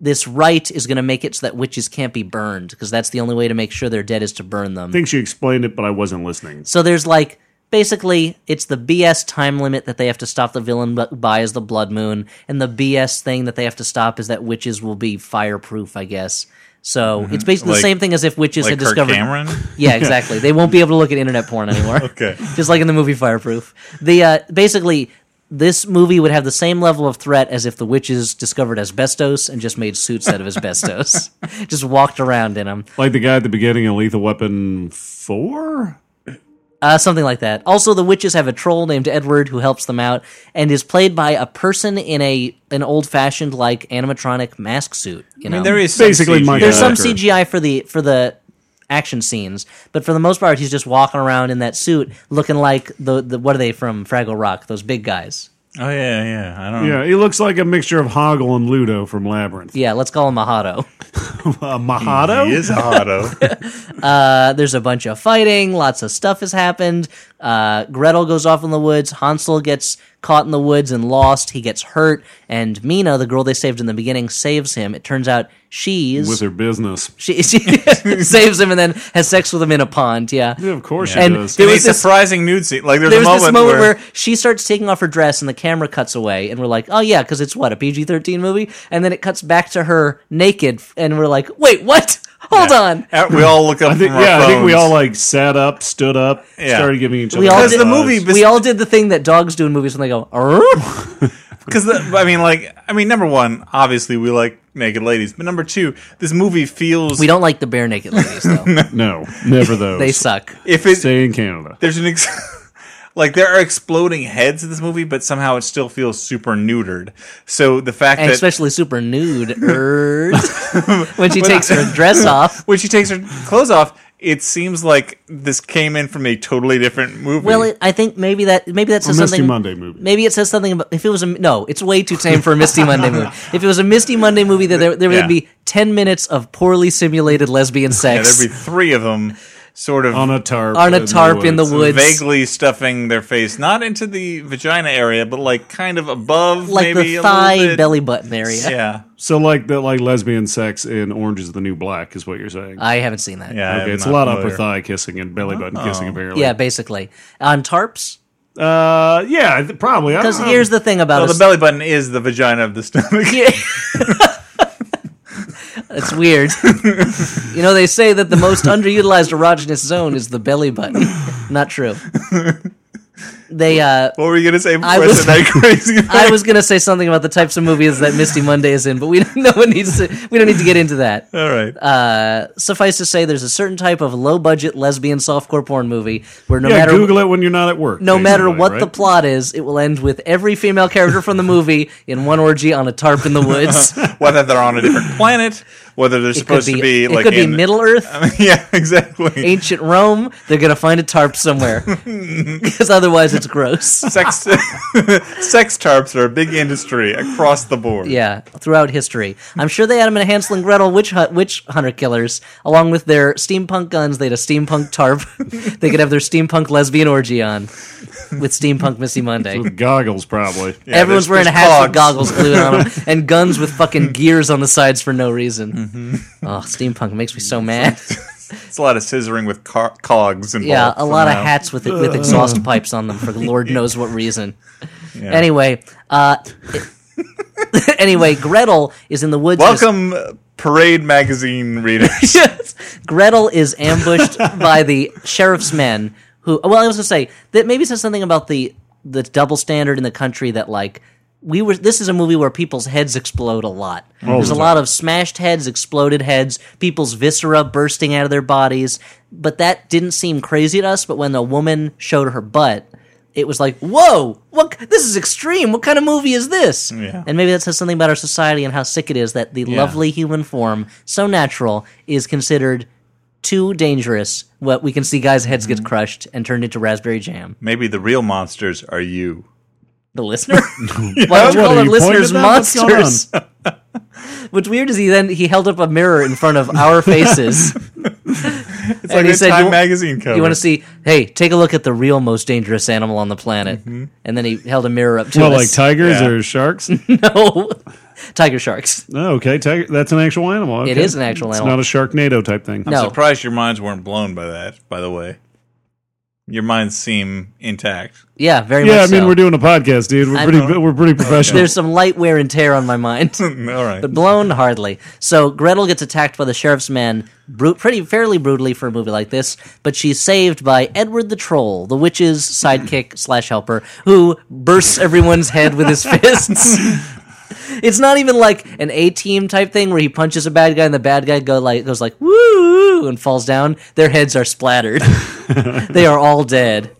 Speaker 3: this rite is going to make it so that witches can't be burned because that's the only way to make sure they're dead is to burn them.
Speaker 2: I think she explained it, but I wasn't listening.
Speaker 3: So there's like basically it's the BS time limit that they have to stop the villain bu- by is the blood moon, and the BS thing that they have to stop is that witches will be fireproof, I guess. So it's basically
Speaker 1: Mm-hmm. Like-
Speaker 3: the same thing as if witches
Speaker 1: like
Speaker 3: had
Speaker 1: Kirk
Speaker 3: discovered.
Speaker 1: Cameron.
Speaker 3: Yeah, exactly. they won't be able to look at internet porn anymore.
Speaker 1: Okay.
Speaker 3: Just like in the movie Fireproof. The uh, basically this movie would have the same level of threat as if the witches discovered asbestos and just made suits out of asbestos. just walked around in them.
Speaker 2: Like the guy at the beginning of Lethal Weapon 4?
Speaker 3: Uh, something like that. Also, the witches have a troll named Edward who helps them out and is played by a person in a an old fashioned like animatronic mask suit.
Speaker 1: I
Speaker 3: You know,
Speaker 1: mean, there is some
Speaker 2: Basically, my-
Speaker 1: CGI.
Speaker 3: there's some
Speaker 2: Sure.
Speaker 3: CGI for the for the action scenes, but for the most part, he's just walking around in that suit, looking like the, the what are they from Fraggle Rock? Those big guys.
Speaker 1: Oh yeah, yeah. I don't.
Speaker 2: Yeah, he looks like a mixture of Hoggle and Ludo from Labyrinth.
Speaker 3: Yeah, let's call him Mahado.
Speaker 2: Uh, Mahado?
Speaker 1: He is a hotto.
Speaker 3: Uh, there's a bunch of fighting. Lots of stuff has happened. Uh, Gretel goes off in the woods. Hansel gets caught in the woods and lost. He gets hurt. And Mina, the girl they saved in the beginning, saves him. It turns out she's.
Speaker 2: With her business.
Speaker 3: she, she saves him and then has sex with him in a pond. Yeah.
Speaker 2: Yeah, of course
Speaker 3: And
Speaker 2: she does.
Speaker 3: there
Speaker 1: There
Speaker 3: was
Speaker 1: was
Speaker 3: this-
Speaker 1: surprising nude scene. Like there's,
Speaker 3: There's
Speaker 1: a moment,
Speaker 3: this moment
Speaker 1: where,
Speaker 3: where, she starts taking off her dress and the camera cuts away, and we're like, "Oh yeah," because it's what a PG thirteen movie, and then it cuts back to her naked, and we're like, "Wait, what? Hold on."
Speaker 1: Uh, we all look up.
Speaker 2: I think,
Speaker 1: from our
Speaker 2: yeah, I think we
Speaker 1: phones.
Speaker 2: all like sat up, stood up,
Speaker 1: Yeah.
Speaker 2: started giving each other.
Speaker 3: We all
Speaker 1: Because
Speaker 3: did,
Speaker 1: the movie
Speaker 2: buzz.
Speaker 1: bes-
Speaker 3: we all did the thing that dogs do in movies when they go, "Arr!"
Speaker 1: Because I mean, like, I mean, number one, obviously we like naked ladies, but number two, this movie feels
Speaker 3: We don't like the bare naked ladies though.
Speaker 2: No, never those.
Speaker 3: they suck.
Speaker 1: if it
Speaker 2: Stay in Canada.
Speaker 1: there's an ex- like there are exploding heads in this movie, but somehow it still feels super neutered. So the fact
Speaker 3: And
Speaker 1: that
Speaker 3: especially super nude erds. when she takes her dress off.
Speaker 1: when she takes her clothes off, it seems like this came in from a totally different movie.
Speaker 3: Well, it, I think maybe that maybe that says
Speaker 2: Misty
Speaker 3: something.
Speaker 2: Monday movie.
Speaker 3: Maybe it says something about if it was a no. It's way too tame for a Misty Monday movie. If it was a Misty Monday movie, that there, there
Speaker 1: Yeah.
Speaker 3: would be ten minutes of poorly simulated lesbian
Speaker 1: yeah,
Speaker 3: sex
Speaker 1: there'd be three of them, sort of.
Speaker 2: On a tarp.
Speaker 3: on a tarp in the woods,
Speaker 1: Vaguely stuffing their face, not into the vagina area, but like kind of above,
Speaker 3: like
Speaker 1: maybe a
Speaker 3: the
Speaker 1: little
Speaker 3: thigh
Speaker 1: bit.
Speaker 3: belly button area.
Speaker 1: Yeah,
Speaker 2: So like the like lesbian sex in Orange is the New Black is what you're saying.
Speaker 3: I haven't seen that.
Speaker 1: yeah. I'm
Speaker 2: okay, it's a
Speaker 1: not
Speaker 2: lot
Speaker 1: familiar.
Speaker 2: upper thigh kissing and belly button kissing apparently.
Speaker 3: Oh. Yeah, basically on tarps.
Speaker 2: Uh, yeah, th- probably.
Speaker 3: Because here's the thing about
Speaker 1: Well,
Speaker 3: us.
Speaker 1: Oh. the belly button is the vagina of the stomach.
Speaker 3: Yeah. That's weird. you know, they say that the most underutilized erogenous zone is the belly button. Not true. They, uh,
Speaker 1: What were you gonna say before I,
Speaker 3: was-
Speaker 1: said that crazy?
Speaker 3: I was gonna say something about the types of movies that Misty Monday is in, but we don't, no one needs to. We don't need to get into that.
Speaker 1: All right.
Speaker 3: Suffice to say, there's a certain type of low-budget lesbian softcore porn movie where no
Speaker 2: yeah,
Speaker 3: matter
Speaker 2: Google it when you're not at work.
Speaker 3: no matter
Speaker 2: basically,
Speaker 3: what
Speaker 2: right?
Speaker 3: the plot is, it will end with every female character from the movie in one orgy on a tarp in the woods.
Speaker 1: whether they're on a different planet, whether they're
Speaker 3: It could
Speaker 1: supposed
Speaker 3: be,
Speaker 1: to be
Speaker 3: it
Speaker 1: like
Speaker 3: could
Speaker 1: in
Speaker 3: be Middle Earth.
Speaker 1: yeah, exactly.
Speaker 3: ancient Rome, they're gonna find a tarp somewhere because otherwise it's gross.
Speaker 1: Sex sex tarps are a big industry across the board.
Speaker 3: Yeah, throughout history, I'm sure they had them in Hansel and Gretel, witch hunt, witch hunter killers, along with their steampunk guns. They had a steampunk tarp. they could have their steampunk lesbian orgy on with steampunk Missy Monday.
Speaker 2: with goggles, probably.
Speaker 1: Yeah,
Speaker 3: Everyone's
Speaker 1: there's-
Speaker 3: wearing
Speaker 1: there's
Speaker 3: hats with
Speaker 1: clogs. Mm-hmm.
Speaker 3: goggles glued on them and guns with fucking gears on the sides for no reason. Oh, steampunk makes me so mad.
Speaker 1: It's a lot of scissoring with car- cogs involved.
Speaker 3: Yeah, a lot of
Speaker 1: somehow.
Speaker 3: hats with with exhaust pipes on them for Lord knows what reason.
Speaker 1: Yeah.
Speaker 3: Anyway, uh, anyway, Gretel is in the woods.
Speaker 1: Welcome, uh, Parade magazine readers.
Speaker 3: Yes. Gretel is ambushed by the sheriff's men. Who? Well, I was gonna say that maybe it says something about the the double standard in the country that like we were. This is a movie where people's heads explode a lot. There's a lot of smashed heads, exploded heads, people's viscera bursting out of their bodies. But that didn't seem crazy to us. But when the woman showed her butt. It was like, whoa! What? This is extreme. What kind of movie is this?
Speaker 1: Yeah.
Speaker 3: And maybe that says something about our society and how sick it is that the lovely human form, so natural, is considered too dangerous. What we can see guys' heads get crushed and turned into raspberry jam.
Speaker 1: Maybe the real monsters are you.
Speaker 3: The listener?
Speaker 2: What,
Speaker 3: Why don't you call
Speaker 2: are
Speaker 3: our
Speaker 2: you
Speaker 3: listeners
Speaker 2: pointing at them? What's going
Speaker 3: monsters? What's weird is he then he held up a mirror in front of our faces.
Speaker 1: It's
Speaker 3: And
Speaker 1: like
Speaker 3: he
Speaker 1: a
Speaker 3: said,
Speaker 1: Time
Speaker 3: "You-
Speaker 1: magazine cover.
Speaker 3: you want to see? Hey, take a look at the real most dangerous animal on the planet. And then he held a mirror up to
Speaker 2: on? Well, like
Speaker 3: us.
Speaker 2: tigers
Speaker 1: Yeah.
Speaker 2: or sharks?
Speaker 3: no, Tiger sharks.
Speaker 2: No, okay, tiger, that's an actual animal.
Speaker 3: It
Speaker 2: okay.
Speaker 3: is an actual
Speaker 2: It's
Speaker 3: animal.
Speaker 2: not a Sharknado type thing.
Speaker 3: No.
Speaker 1: Surprised your minds weren't blown by that. By the way, your minds seem intact.
Speaker 3: Yeah, very
Speaker 2: Yeah, I
Speaker 3: much
Speaker 2: mean
Speaker 3: so.
Speaker 2: we're doing a podcast, dude. We're
Speaker 3: I
Speaker 2: pretty
Speaker 1: know.
Speaker 2: we're pretty professional.
Speaker 3: There's some light wear and tear on my mind.
Speaker 1: All right.
Speaker 3: But blown hardly. So Gretel gets attacked by the sheriff's men, bru- pretty fairly brutally for a movie like this. But she's saved by Edward the Troll, the witch's sidekick slash helper, who bursts everyone's head with his fists. It's not even like an A team type thing where he punches a bad guy and the bad guy go like goes like woo and falls down. Their heads are splattered. they are all dead.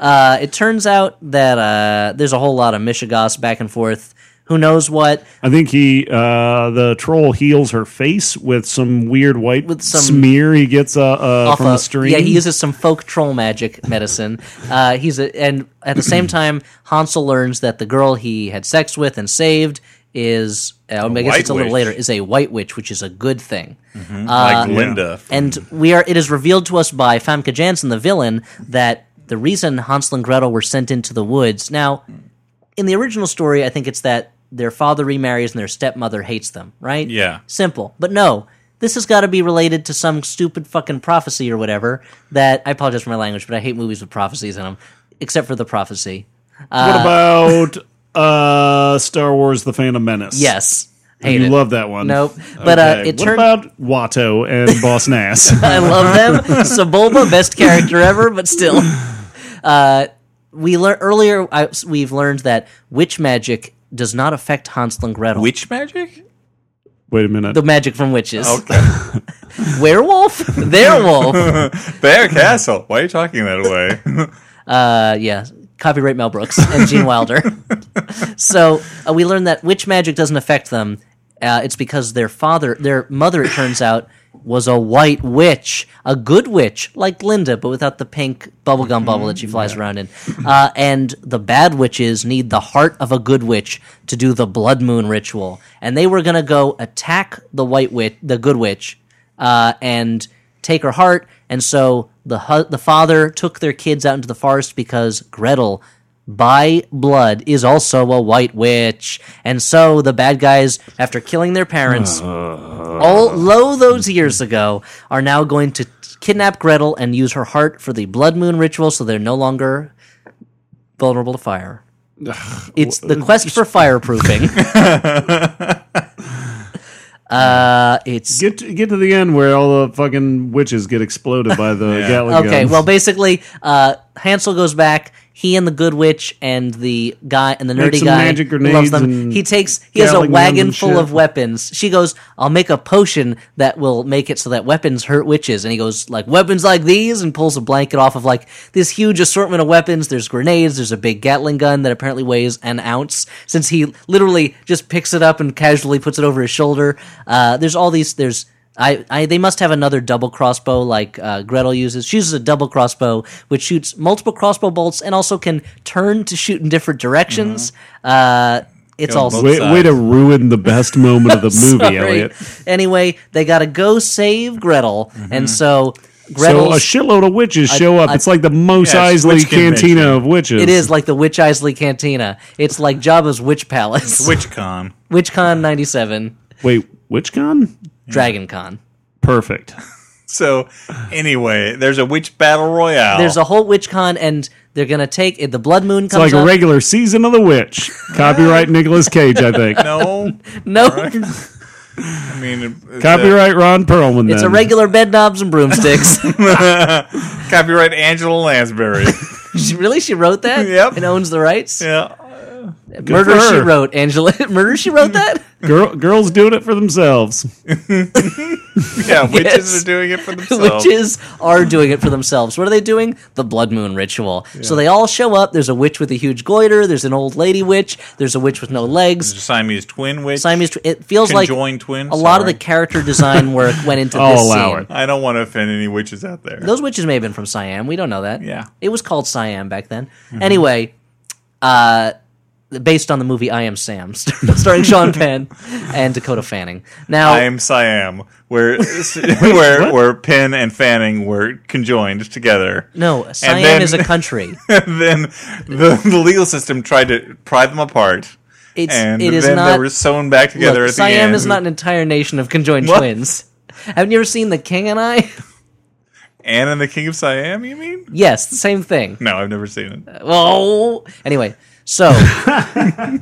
Speaker 3: Uh, it turns out that uh, there's a whole lot of Michigas back and forth. Who knows what?
Speaker 2: I think he uh, the troll heals her face with some weird white
Speaker 3: With some-
Speaker 2: smear he gets uh, uh,
Speaker 3: off
Speaker 2: from
Speaker 3: a-
Speaker 2: the stream.
Speaker 3: Yeah, he uses some folk troll magic medicine. Uh, he's a, and at the same time, Hansel learns that the girl he had sex with and saved is uh, I guess
Speaker 1: white
Speaker 3: it's a little
Speaker 1: witch.
Speaker 3: later is a white witch, which is a good thing.
Speaker 1: like Linda.
Speaker 3: uh, And we are. It is revealed to us by Famke Janssen, the villain, that the reason Hansel and Gretel were sent into the woods. Now, in the original story, I think it's that their father remarries and their stepmother hates them. Right?
Speaker 1: Yeah.
Speaker 3: Simple. But no, this has got to be related to some stupid fucking prophecy or whatever. That I apologize for my language, but I hate movies with prophecies in them, except for the prophecy.
Speaker 2: what about uh, Star Wars: The Phantom Menace?
Speaker 3: Yes. Hate
Speaker 2: you
Speaker 3: it.
Speaker 2: love that one.
Speaker 3: Nope. But uh,
Speaker 2: Okay,
Speaker 3: it
Speaker 2: what
Speaker 3: turned.
Speaker 2: about Watto and Boss Nass?
Speaker 3: I love them. Sebulba, best character ever, but still. Uh, we lear- earlier I, we've learned that witch magic does not affect Hansel and Gretel.
Speaker 1: Witch magic?
Speaker 2: Wait a minute.
Speaker 3: the magic from witches.
Speaker 1: Okay.
Speaker 3: Werewolf? Their wolf.
Speaker 1: Bear Castle. Why are you talking that way?
Speaker 3: Uh, yeah, copyright Mel Brooks and Gene Wilder. so uh, we learned that witch magic doesn't affect them. Uh, it's because their father, their mother, it turns out, was a white witch, a good witch, like Linda, but without the pink bubblegum bubble that she flies around in. Uh, and the bad witches need the heart of a good witch to do the blood moon ritual. And they were going to go attack the white witch, the good witch, uh, and take her heart. And so the hu- the father took their kids out into the forest because Gretel, by blood, is also a white witch. And so the bad guys, after killing their parents, all low those years ago, are now going to kidnap Gretel and use her heart for the blood moon ritual, so they're no longer vulnerable to fire. It's the quest for fireproofing. uh, it's
Speaker 2: Get to, get to the end where all the fucking witches get exploded by the
Speaker 1: Yeah.
Speaker 2: Gatling
Speaker 3: Okay,
Speaker 2: guns.
Speaker 3: well, basically, uh, Hansel goes back. He and the good witch and the guy and the nerdy
Speaker 2: Make some
Speaker 3: guy
Speaker 2: magic
Speaker 3: loves
Speaker 2: grenades
Speaker 3: them.
Speaker 2: and
Speaker 3: He takes he has a
Speaker 2: Gatling guns
Speaker 3: wagon
Speaker 2: and
Speaker 3: full
Speaker 2: shit.
Speaker 3: of weapons. She goes, "I'll make a potion that will make it so that weapons hurt witches." And he goes, "Like weapons like these," and pulls a blanket off of like this huge assortment of weapons. There's grenades. There's a big Gatling gun that apparently weighs an ounce, since he literally just picks it up and casually puts it over his shoulder. Uh, there's all these. There's I, I they must have another double crossbow like uh, Gretel uses. She uses a double crossbow which shoots multiple crossbow bolts and also can turn to shoot in different directions. Uh, it's
Speaker 1: Go
Speaker 3: all
Speaker 1: both
Speaker 2: way, way to
Speaker 1: sides.
Speaker 2: ruin the best moment of the movie,
Speaker 3: sorry.
Speaker 2: Elliot. Mm-hmm.
Speaker 3: Anyway, they gotta go save Gretel, and so
Speaker 2: So
Speaker 3: Gretel's
Speaker 2: a shitload of witches show up.
Speaker 3: I-
Speaker 2: it's like the Mos
Speaker 1: Yeah, it's
Speaker 2: Eisley
Speaker 1: witch convention.
Speaker 2: Cantina of witches.
Speaker 3: it is like the Witch Isley Cantina. It's like Jabba's Witch Palace,
Speaker 1: WitchCon.
Speaker 3: WitchCon '97,
Speaker 2: Wait, WitchCon?
Speaker 3: DragonCon.
Speaker 2: Perfect.
Speaker 1: So anyway, there's a witch battle royale.
Speaker 3: There's a whole WitchCon, and they're gonna take the Blood Moon
Speaker 2: Oh. It's
Speaker 3: comes
Speaker 2: like a
Speaker 3: up.
Speaker 2: regular season of the witch. Copyright Nicolas Cage, I think.
Speaker 1: no.
Speaker 3: no,
Speaker 1: I mean, uh, it's
Speaker 2: Copyright Ron Perlman.
Speaker 3: it's a
Speaker 2: then.
Speaker 3: regular bed knobs and broomsticks.
Speaker 1: A, copyright Angela Lansbury.
Speaker 3: She- really, she wrote that.
Speaker 1: Yep.
Speaker 3: and owns the rights.
Speaker 1: yeah.
Speaker 3: Murder
Speaker 2: for
Speaker 3: she
Speaker 2: her.
Speaker 3: wrote, Angela. Murder she wrote that.
Speaker 2: Girl, girls doing it for themselves.
Speaker 1: Yeah, witches
Speaker 3: Yes.
Speaker 1: are doing it for themselves.
Speaker 3: Witches are doing it for themselves. What are they doing? The blood moon ritual. So they all show up. There's a witch with a huge goiter. There's an old lady witch. There's a witch with no legs.
Speaker 1: Siamese twin witch.
Speaker 3: Siamese. tw- It feels like a
Speaker 1: conjoined twin.
Speaker 3: lot of the
Speaker 1: sorry.
Speaker 3: character design work went into
Speaker 2: I'll
Speaker 3: this
Speaker 2: allow
Speaker 3: scene.
Speaker 2: it.
Speaker 1: I don't want to offend any witches out there.
Speaker 3: Those witches may have been from Siam. We don't know that.
Speaker 1: Yeah. Mm-hmm.
Speaker 3: It was called Siam back then. Anyway, uh, based on the movie I Am Sam, starring Sean Penn and Dakota Fanning. Now,
Speaker 1: I am Siam, where where where Penn and Fanning were conjoined together.
Speaker 3: no, Siam
Speaker 1: then-
Speaker 3: is a country.
Speaker 1: And then the, the legal system tried to pry them apart.
Speaker 3: It's
Speaker 1: and
Speaker 3: it is
Speaker 1: then
Speaker 3: not.
Speaker 1: they were sewn back together
Speaker 3: look,
Speaker 1: at the
Speaker 3: Siam
Speaker 1: end.
Speaker 3: is not an entire nation of conjoined
Speaker 1: What?
Speaker 3: twins. Haven't you ever seen The King and I?
Speaker 1: Anne and the King of Siam, you mean?
Speaker 3: yes, the same thing.
Speaker 1: No, I've never seen it.
Speaker 3: Oh, anyway, so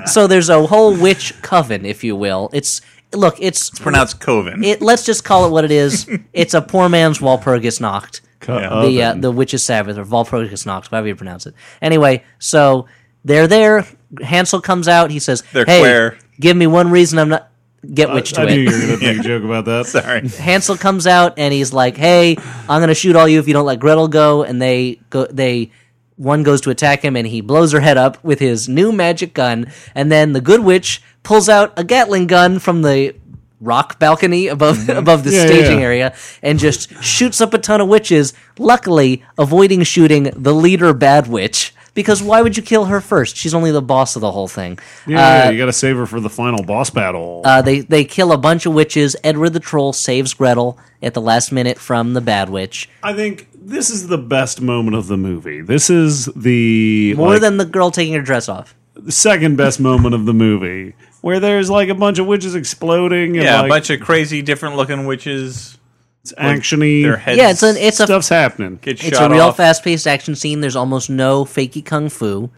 Speaker 3: so there's a whole witch coven, if you will. It's look, it's,
Speaker 1: Pronounced Coven.
Speaker 3: it. Let's just call it what it is. it's a poor man's Walpurgisnacht.
Speaker 2: Cut
Speaker 1: Yeah.
Speaker 2: up
Speaker 3: the uh,
Speaker 2: and-
Speaker 3: the witch's Sabbath or Walpurgisnacht, however you pronounce it. Anyway, so they're there. Hansel comes out. He says,
Speaker 1: They're
Speaker 3: "Hey,
Speaker 1: queer." Uh,
Speaker 3: give me one reason I'm not get witched
Speaker 2: I
Speaker 3: to
Speaker 2: knew you
Speaker 3: it."
Speaker 2: were going to make a joke about that.
Speaker 1: Sorry.
Speaker 3: Hansel comes out and he's like, "Hey, I'm gonna shoot all you if you don't let Gretel go." And they go. They one goes to attack him and he blows her head up with his new magic gun. And then the good witch pulls out a Gatling gun from the rock balcony above above the
Speaker 2: Mm-hmm. Yeah, yeah,
Speaker 3: staging
Speaker 2: yeah.
Speaker 3: area and just shoots up a ton of witches. Luckily, avoiding shooting the leader bad witch. Because why would you kill her first? She's only the boss of the whole thing.
Speaker 2: Yeah, you got to save her for the final boss battle.
Speaker 3: Uh, they they kill a bunch of witches. Edward the Troll saves Gretel at the last minute from the bad witch.
Speaker 2: I think this is the best moment of the movie. This is the
Speaker 3: More
Speaker 2: like,
Speaker 3: than the girl taking her dress off.
Speaker 2: second best moment of the movie, where there's like a bunch of witches exploding and
Speaker 1: Yeah,
Speaker 2: like
Speaker 1: a bunch of crazy, different looking witches.
Speaker 2: it's actiony
Speaker 1: Their heads
Speaker 3: Yeah, it's an it's a
Speaker 2: stuff's happening.
Speaker 1: get
Speaker 3: it's a
Speaker 1: shot
Speaker 3: real
Speaker 1: off.
Speaker 3: fast paced action scene. There's almost no fakey kung fu,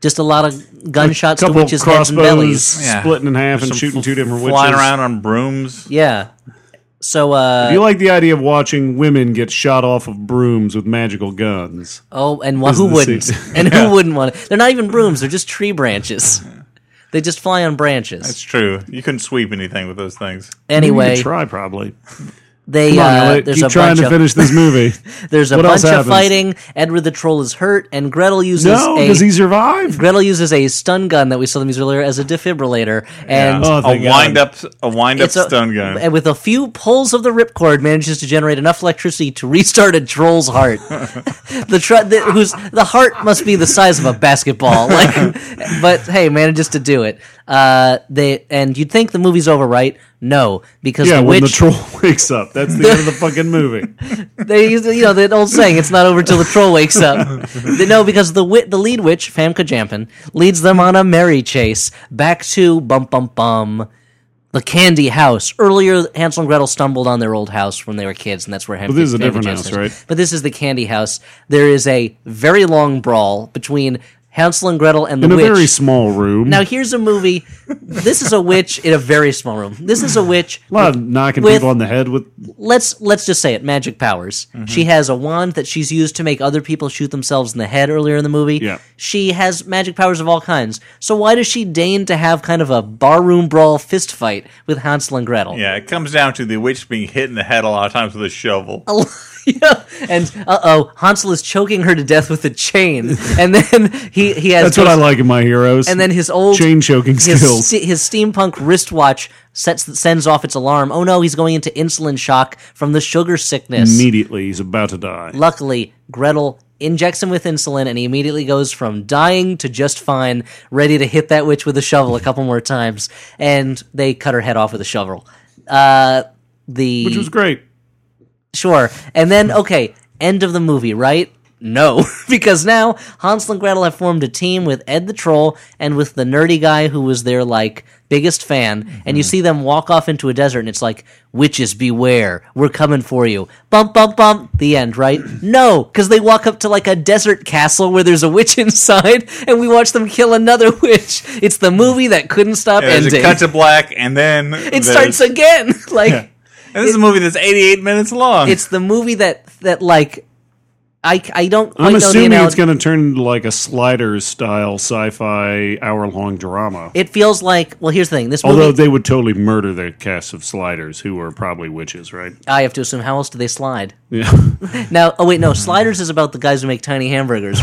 Speaker 3: just a lot of gunshots to
Speaker 2: couple
Speaker 3: witches' heads and
Speaker 2: crossbows
Speaker 3: bellies.
Speaker 1: Yeah.
Speaker 2: splitting in half and
Speaker 1: Some
Speaker 2: shooting
Speaker 1: fl-
Speaker 2: two different witches.
Speaker 1: Flying around on brooms.
Speaker 3: Yeah. So uh,
Speaker 2: You like the idea of watching women get shot off of brooms with magical guns?
Speaker 3: Oh, and wha- who
Speaker 2: the
Speaker 3: wouldn't?
Speaker 2: season.
Speaker 3: And who wouldn't want it? They're not even brooms; they're just tree branches. They just fly on branches.
Speaker 1: It's true. You couldn't sweep anything with those things.
Speaker 2: you
Speaker 3: anyway,
Speaker 2: could try probably.
Speaker 3: they
Speaker 2: Come on,
Speaker 3: uh,
Speaker 2: Elliot,
Speaker 3: there's
Speaker 2: keep
Speaker 3: a
Speaker 2: trying
Speaker 3: bunch
Speaker 2: to
Speaker 3: of
Speaker 2: finish this movie.
Speaker 3: there's a
Speaker 2: What else
Speaker 3: bunch of
Speaker 2: happens?
Speaker 3: fighting. Edward the troll is hurt, and Gretel uses
Speaker 2: no,
Speaker 3: a
Speaker 2: does he survive?
Speaker 3: Gretel uses a stun gun that we saw them use earlier as a defibrillator, and
Speaker 2: Oh,
Speaker 1: a
Speaker 2: thank God.
Speaker 1: wind up, a wind up
Speaker 3: it's a-
Speaker 1: stun gun.
Speaker 3: And with a few pulls of the ripcord, manages to generate enough electricity to restart a troll's heart. the, tr- the whose the heart must be the size of a basketball, like, but hey, manages to do it. Uh, they and you'd think the movie's over, right? No, because
Speaker 2: Yeah,
Speaker 3: the
Speaker 2: when
Speaker 3: witch
Speaker 2: the troll wakes up, that's the end of the fucking movie.
Speaker 3: they use the- you know that old saying it's not over till the troll wakes up They- no because the wit the lead witch famke jampin leads them on a merry chase back to bum bum bum the candy house earlier hansel and gretel stumbled on their old house when they were kids and that's where Ham-
Speaker 2: this is a
Speaker 3: Famke
Speaker 2: different
Speaker 3: Jampin
Speaker 2: house,
Speaker 3: is.
Speaker 2: right?
Speaker 3: but this is the candy house there is a very long brawl between hansel and gretel and the
Speaker 2: In a
Speaker 3: witch
Speaker 2: very small room.
Speaker 3: now here's a movie this is a witch in a very small room this is a witch
Speaker 2: a lot of knocking
Speaker 3: with-
Speaker 2: people on the head with
Speaker 3: let's let's just say it magic powers
Speaker 2: Mm-hmm.
Speaker 3: she has a wand that she's used to make other people shoot themselves in the head earlier in the movie
Speaker 2: Yeah.
Speaker 3: she has magic powers of all kinds so why does she deign to have kind of a barroom brawl fist fight with hansel and gretel
Speaker 1: yeah, it comes down to the witch being hit in the head a lot of times with a shovel.
Speaker 3: Yeah. and uh-oh hansel is choking her to death with a chain and then he he has
Speaker 2: That's what I like in my heroes.
Speaker 3: and then his old
Speaker 2: chain choking
Speaker 3: his,
Speaker 2: skills.
Speaker 3: ste- his steampunk wristwatch sets sends off its alarm oh no he's going into insulin shock from the sugar sickness
Speaker 2: Immediately, he's about to die.
Speaker 3: Luckily, Gretel injects him with insulin and he immediately goes from dying to just fine, ready to hit that witch with a shovel a couple more times. And they cut her head off with a shovel. Uh, the
Speaker 2: Which was great.
Speaker 3: sure. And then,
Speaker 1: Hmm.
Speaker 3: okay, end of the movie, right? No, because now Hansel and Gretel have formed a team with Ed the Troll and with the nerdy guy who was their like biggest fan, and
Speaker 1: Hmm.
Speaker 3: you see them walk off into a desert, and it's like, "Witches beware, we're coming for you!" Bump, bump, bump. The end, right? No, because they walk up to like a desert castle where there's a witch inside, and we watch them kill another witch. It's the movie that couldn't stop
Speaker 1: There's
Speaker 3: ending.
Speaker 1: a cut to black, and then
Speaker 3: it starts again, like.
Speaker 1: And this is a movie that's 88 minutes long.
Speaker 3: it's the movie that that like I I don't quite
Speaker 2: I'm
Speaker 3: know the
Speaker 2: assuming
Speaker 3: analogy.
Speaker 2: it's going to turn into like a Sliders style sci fi hour long drama.
Speaker 3: it feels like well here's the thing this
Speaker 2: Although
Speaker 3: movie
Speaker 2: they would totally murder the cast of Sliders, who are probably witches, right?
Speaker 3: I have to assume how else do they slide
Speaker 2: Yeah.
Speaker 3: now oh wait no sliders is about the guys who make tiny hamburgers